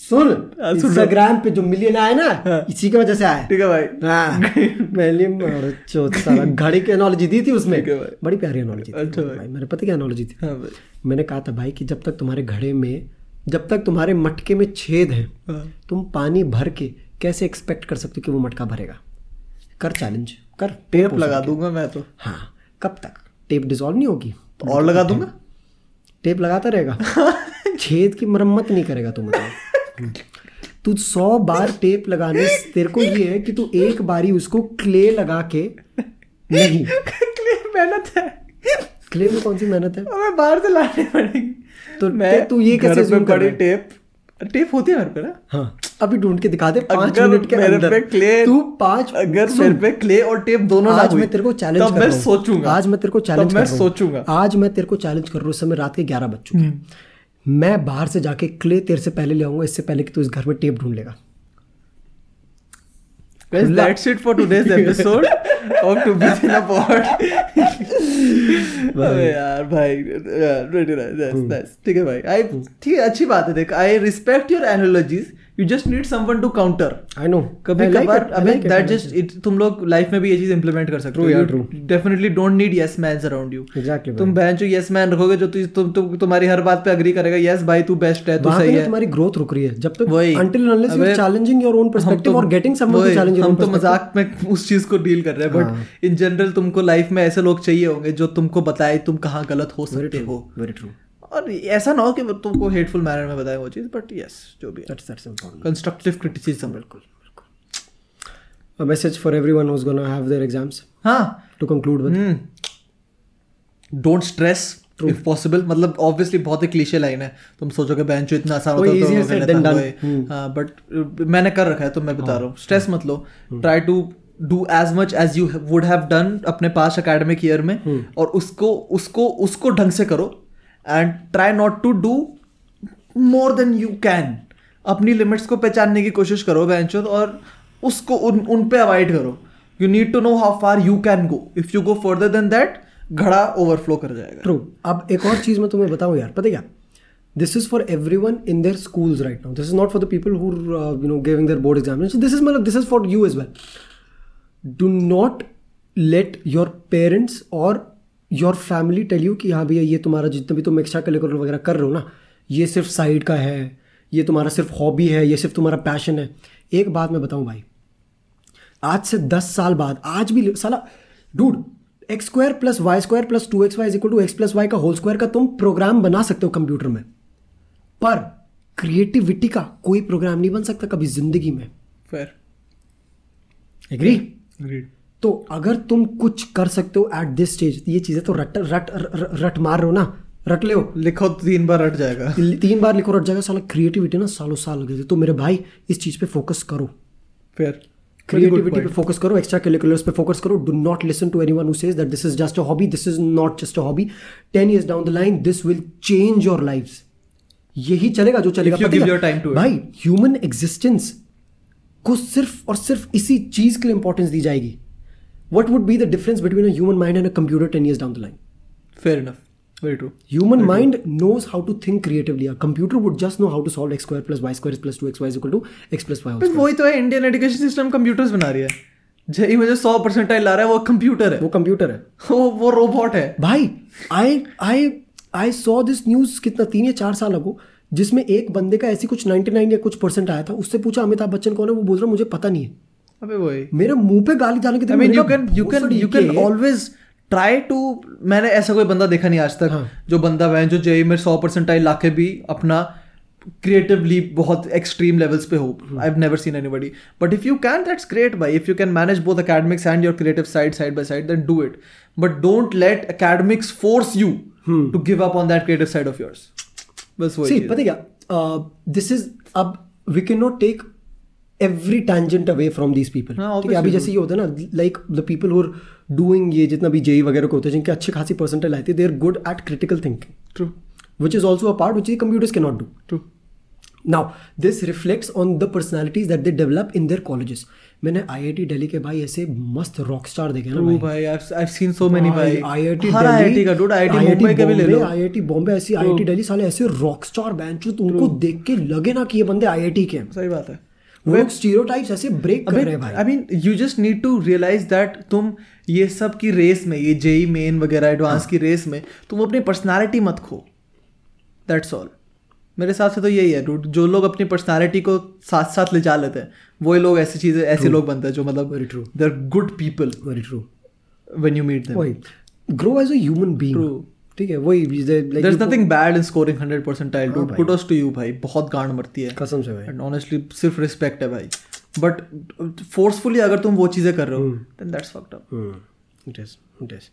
Speaker 2: सुन
Speaker 1: हाँ, सुन।
Speaker 2: इंस्टाग्राम पे जो मिलियन आया ना
Speaker 1: हाँ।
Speaker 2: इसी की वजह से आया
Speaker 1: ठीक है भाई
Speaker 2: हाँ, पहले मारो चोट साला घड़ी की एनोलॉजी दी थी उसमें
Speaker 1: ठीक है भाई।
Speaker 2: बड़ी प्यारी एनोलॉजी थी
Speaker 1: अच्छा भाई।
Speaker 2: भाई मेरे पता क्या एनोलॉजी थी
Speaker 1: हाँ भाई
Speaker 2: मैंने कहा था भाई कि जब तक तुम्हारे घड़े में जब तक तुम्हारे मटके में छेद है
Speaker 1: हाँ।
Speaker 2: तुम पानी भर के कैसे एक्सपेक्ट कर सकते हो कि वो मटका भरेगा कर चैलेंज कर टेप
Speaker 1: लगा दूंगा मैं तो
Speaker 2: हाँ कब तक टेप डिजॉल्व नहीं होगी
Speaker 1: और लगा दूंगा
Speaker 2: टेप लगाता रहेगा छेद की मरम्मत नहीं करेगा तू मतलब तू सौ बार टेप लगाने से- तेरे को ये है कि तू एक बारी उसको क्ले लगा के नहीं
Speaker 1: क्लियर मेहनत है
Speaker 2: क्ले में कौन सी मेहनत है
Speaker 1: हमें बाहर से लाने पड़ेंगे
Speaker 2: तो ते- तू ये कैसे
Speaker 1: घर पे
Speaker 2: assume कर
Speaker 1: पड़ी
Speaker 2: रहा
Speaker 1: टेप टेप होती है मेरे पे ना
Speaker 2: हाँ अभी ढूंढ के दिखा दे पांच
Speaker 1: अगर
Speaker 2: मिनट के
Speaker 1: मेरे
Speaker 2: अंदर
Speaker 1: पे clay-
Speaker 2: तू पांच
Speaker 1: अगर
Speaker 2: सुन,
Speaker 1: मेरे पे क्ले और टेप दोनों
Speaker 2: आज
Speaker 1: ना
Speaker 2: मैं तेरे को चैलेंज
Speaker 1: तब
Speaker 2: कर
Speaker 1: मैं
Speaker 2: रहा हूँ।
Speaker 1: सोचूंगा
Speaker 2: आज मैं तेरे को चैलेंज
Speaker 1: तब
Speaker 2: कर
Speaker 1: मैं
Speaker 2: रहा हूँ।
Speaker 1: सोचूंगा
Speaker 2: आज मैं तेरे को चैलेंज कर रहा हूँ इस समय रात के ग्यारह बज चुके हैं मैं बाहर से जाके क्ले तेरे से पहले ले आऊंगा इससे पहले कि तू इस घर में टेप ढूंढ लेगा
Speaker 1: Guys,
Speaker 2: खुला-
Speaker 1: that's it for today's episode of To Be In A Pod. अबे यार भाई yeah, really nice, nice,
Speaker 2: हम्म।
Speaker 1: nice. ठीक है भाई आई ठीक है अच्छी बात है देख I respect your analogies you just need someone to counter
Speaker 2: I know
Speaker 1: कभी कभार अबे दैट जस्ट इट तुम लोग लाइफ में भी ये चीज इंप्लीमेंट कर सकते
Speaker 2: True
Speaker 1: हो
Speaker 2: यार,
Speaker 1: definitely don't need yes man around you
Speaker 2: exactly
Speaker 1: तुम बेंच यस मैन रखोगे जो तु, तुम तुम तुम्हारी हर बात पे अग्री करेगा यस भाई तू बेस्ट है तू
Speaker 2: वहां पे
Speaker 1: तो सही
Speaker 2: ना
Speaker 1: है
Speaker 2: तुम्हारी ग्रोथ रुक रही है जब तक
Speaker 1: वही।
Speaker 2: until and unless
Speaker 1: अबे, तो
Speaker 2: you're challenging your own perspective और getting someone to
Speaker 1: वही,
Speaker 2: challenge your
Speaker 1: हम
Speaker 2: own हाँ।
Speaker 1: तो मजाक में उस चीज को डील कर रहे हैं बट इन जनरल तुमको लाइफ में ऐसे लोग चाहिए होंगे जो तुमको बताए तुम कहाँ गलत हो सकते हो
Speaker 2: वेरी ट्रू
Speaker 1: और ऐसा ना हो कि वो तुमको हेटफुल मैनर में बताए वो चीज बट यस जो भी
Speaker 2: that's that's important
Speaker 1: constructive criticism
Speaker 2: बिल्कुल बिल्कुल a message for everyone who is gonna have their exams
Speaker 1: हाँ
Speaker 2: to conclude with
Speaker 1: don't stress if possible मतलब ऑब्वियसली बहुत ही क्लीशे लाइन है तुम सोचोगे बेंच इतना आसान
Speaker 2: वो
Speaker 1: होता है, तो
Speaker 2: easier
Speaker 1: वो
Speaker 2: said
Speaker 1: गलत
Speaker 2: than
Speaker 1: है,
Speaker 2: done.
Speaker 1: वो है। हाँ बट मैंने कर रखा है तो मैं बता रहा हूँ स्ट्रेस मत लो try to do as much as you would have done अपने पास अकेडमिक ईयर में और उसको उसको उसको ढंग से करो and try not to do more than you can अपनी लिमिट्स को पहचानने की कोशिश करो बेंचो और उसको उन उन पे अवॉइड करो you need to know how far you can go if you go further than that घड़ा ओवरफ्लो कर जाएगा
Speaker 2: ट्रू अब एक और चीज मैं तुम्हें बताऊं यार पता है क्या this is for every one in their schools right now this is not for the people who you know giving their board examination this is मतलब this is for you as well do not let your parents और योर फैमिली टेल यू कि हाँ भैया ये तुम्हारा जितना भी तुम एक्स्ट्रा करिकुलर वगैरह कर रहे हो ना ये सिर्फ साइड का है ये तुम्हारा सिर्फ हॉबी है ये सिर्फ तुम्हारा पैशन है एक बात मैं बताऊं भाई आज से दस साल बाद आज भी ले- साला dude x square plus y square plus two x y is equal to x plus y का होल स्क्वायर का तुम प्रोग्राम बना सकते हो कंप्यूटर में पर क्रिएटिविटी का कोई प्रोग्राम नहीं बन सकता कभी जिंदगी में
Speaker 1: फेयर
Speaker 2: एग्री
Speaker 1: Agreed.
Speaker 2: तो अगर तुम कुछ कर सकते हो एट दिस स्टेज ये चीजें तो रट रट र- रट मार रहे हो ना रट ले हो
Speaker 1: लिखो तीन बार हट जाएगा
Speaker 2: तीन बार लिखो रट जाएगा साला क्रिएटिविटी ना सालों साल लगे तो मेरे भाई इस चीज पे फोकस करो
Speaker 1: फेयर
Speaker 2: क्रिएटिविटी पे फोकस करो एक्स्ट्रा करिकुलर्स पे फोकस करो do not listen to anyone who says that this is just a hobby this is not just a hobby ten years down the line this will change your life यही चलेगा जो चलेगा
Speaker 1: you give
Speaker 2: पतेगा।
Speaker 1: your time to it.
Speaker 2: भाई ह्यूमन एग्जिस्टेंस को सिर्फ और सिर्फ इसी चीज के लिए इंपॉर्टेंस दी जाएगी what would be the difference between a human mind and a computer ten years down the line
Speaker 1: fair enough very true
Speaker 2: Human mind knows how to think creatively. A computer would just know how to solve x square plus y square plus 2xy is equal to x plus y. whole
Speaker 1: बस
Speaker 2: square.
Speaker 1: वही तो है इंडियन एजुकेशन सिस्टम कंप्यूटर्स बना रही है जेई में जो सौ परसेंटाइल ला रहा है वो कंप्यूटर है
Speaker 2: वो कंप्यूटर है
Speaker 1: वो वो रोबोट है
Speaker 2: भाई I I I saw this news कितना तीन या चार साल अगो जिसमें एक बंदे का ऐसी कुछ 99 या कुछ परसेंट आया था उससे पूछा अमिताभ बच्चन कौन है वो बोल रहा मुझे पता नहीं है
Speaker 1: अबे वही
Speaker 2: मेरे मुंह पे गाली तो डालने के
Speaker 1: I mean you can you can you can always try to मैंने ऐसा कोई बंदा देखा नहीं आज तक
Speaker 2: हाँ।
Speaker 1: जो बंदा वह जो जेई में सौ परसेंटाइल लाके भी अपना क्रिएटिवली बहुत एक्सट्रीम लेवल्स पे हो
Speaker 2: हाँ।
Speaker 1: I have never seen anybody but if you can that's great भाई if you can manage both academics and your creative side side by side then do it but don't let academics force you to give up on that creative side of yours बस वही
Speaker 2: सी
Speaker 1: चीज़।
Speaker 2: Hmm. पता है क्या दिस इज अब we can not take every tangent away from these people
Speaker 1: हाँ,
Speaker 2: ठीक है अभी
Speaker 1: obviously.
Speaker 2: जैसे ये होता है ना like the people who are doing ये जितना भी जेई वगैरह को होते हैं जिनके अच्छे खासी परसेंटेज आते हैं they are good at critical thinking
Speaker 1: True,
Speaker 2: which is also a part which computers के not do
Speaker 1: true.
Speaker 2: Now this reflects on the personalities that they develop in their colleges मैंने आई आई टी दिल्ली के भाई ऐसे मस्त रॉक स्टार देखे ना
Speaker 1: True
Speaker 2: भाई हाँ,
Speaker 1: भाई, I've- I've seen so many तो भाई।
Speaker 2: आईआईटी
Speaker 1: हर IIT का, dude, IIT मुंबई का भी ले लो।
Speaker 2: आईआईटी बॉम्बे ऐसी आईआईटी दिल्ली साले ऐसे रॉक स्टार बेंच तुमको देख के लगे ना कि ये बंदे आईआईटी के हैं
Speaker 1: सही बात है
Speaker 2: वो लोग स्टीरियोटाइप्स ऐसे ब्रेक कर रहे हैं भाई
Speaker 1: I mean you just need to realise that तुम ये सब की रेस में ये जेई मेन वगैरह
Speaker 2: हाँ।
Speaker 1: एडवांस की रेस में तुम अपनी पर्सनालिटी मत खो दैट्स ऑल मेरे हिसाब से तो यही है dude. जो लोग अपनी पर्सनालिटी को साथ साथ ले जा लेते हैं वही लोग ऐसी चीजें ऐसे लोग बनते हैं जो मतलब
Speaker 2: Very true.
Speaker 1: They are good people
Speaker 2: very true
Speaker 1: when you meet them
Speaker 2: वही grow as a human
Speaker 1: True.
Speaker 2: Being ठीक है वही
Speaker 1: there is
Speaker 2: like
Speaker 1: nothing bad in scoring 100
Speaker 2: हाँ
Speaker 1: percentile dude kudos to you भाई बहुत गांड मरती है
Speaker 2: कसम से भाई
Speaker 1: एंड ऑनेस्टली सिर्फ रिस्पेक्ट है भाई बट फोर्सफुली अगर तुम वो चीजें कर रहे हो
Speaker 2: Hmm।
Speaker 1: Then that's fucked up
Speaker 2: it is it is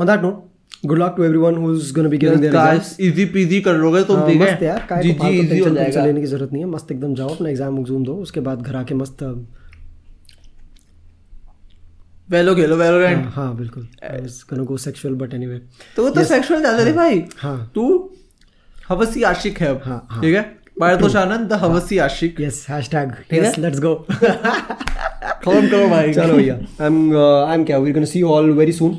Speaker 2: on that note good luck to everyone who is gonna be giving their exams
Speaker 1: काश इजी पीजी कर लोगे तुम
Speaker 2: हाँ,
Speaker 1: ठीक
Speaker 2: मस्त है यार
Speaker 1: है
Speaker 2: काय
Speaker 1: जी
Speaker 2: को
Speaker 1: जी
Speaker 2: फालतू
Speaker 1: इजी हो
Speaker 2: टेंशन वेंशन
Speaker 1: जाएगा
Speaker 2: लेने की जरूरत नहीं है मस्त एकदम जाओ अपना एग्जाम एग्जाम दो उसके बाद घर आके मस्त हाँ, अ,
Speaker 1: वेलो खेलो वैलोरेंट
Speaker 2: हाँ बिल्कुल I was gonna go sexual but anyway
Speaker 1: तो तो सेक्सुअल ज्यादा रे भाई
Speaker 2: हाँ।
Speaker 1: तू हवसी आशिक है अब
Speaker 2: हाँ, हाँ।
Speaker 1: ठीक है पारतोष आनंद द हवसी आशिक
Speaker 2: यस हैशटैग
Speaker 1: है?
Speaker 2: यस लेट्स गो
Speaker 1: कॉल करो भाई
Speaker 2: चलो भैया uh, I am I am क्या we gonna see you all very soon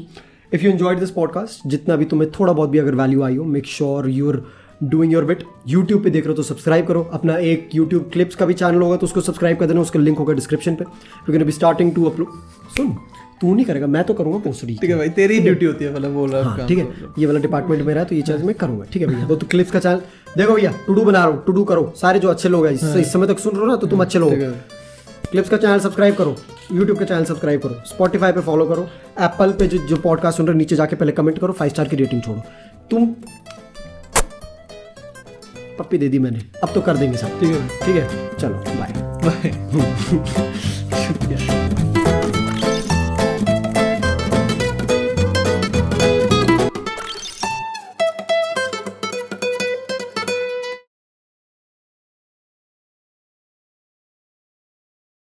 Speaker 2: if you enjoyed this podcast जितना भी तुम्हें थोड़ा बहुत भी अगर वैल्यू आई हो make sure you're doing your bit YouTube पे देख रहे हो तो सब्सक्राइब करो अपना एक यूट्यूब क्लिप्स का भी चैनल होगा तो उसको सब्सक्राइब कर देना उसका लिंक होगा डिस्क्रिप्शन पे we gonna be starting to upload सुन तू नहीं करेगा मैं तो करूंगा पोस्टरी
Speaker 1: ठीक है भाई तेरी ड्यूटी होती है मतलब बोल रहा
Speaker 2: हाँ, ठीक है ये वाला डिपार्टमेंट मेरा है तो ये चीज मैं करूंगा ठीक है भैया तो, तो क्लिप्स का चैनल देखो भैया टू डू बना रहा हूँ टू डू करो सारे जो अच्छे लोग हैं इस, इस समय तक सुन रहे हो ना तो तुम अच्छे लोग
Speaker 1: ठीक
Speaker 2: हो क्लिप्स का चैनल सब्सक्राइब करो यूट्यूब का चैनल सब्सक्राइब करो स्पॉटीफाई पे फॉलो करो एप्पल पे जो जो पॉडकास्ट सुन रहे हो नीचे जाके पहले कमेंट करो फाइव स्टार की रेटिंग छोड़ो तुम पप्पी दे दी मैंने अब तो कर देंगे सब
Speaker 1: ठीक है
Speaker 2: ठीक है चलो बाय
Speaker 1: भाई
Speaker 2: शुक्रिया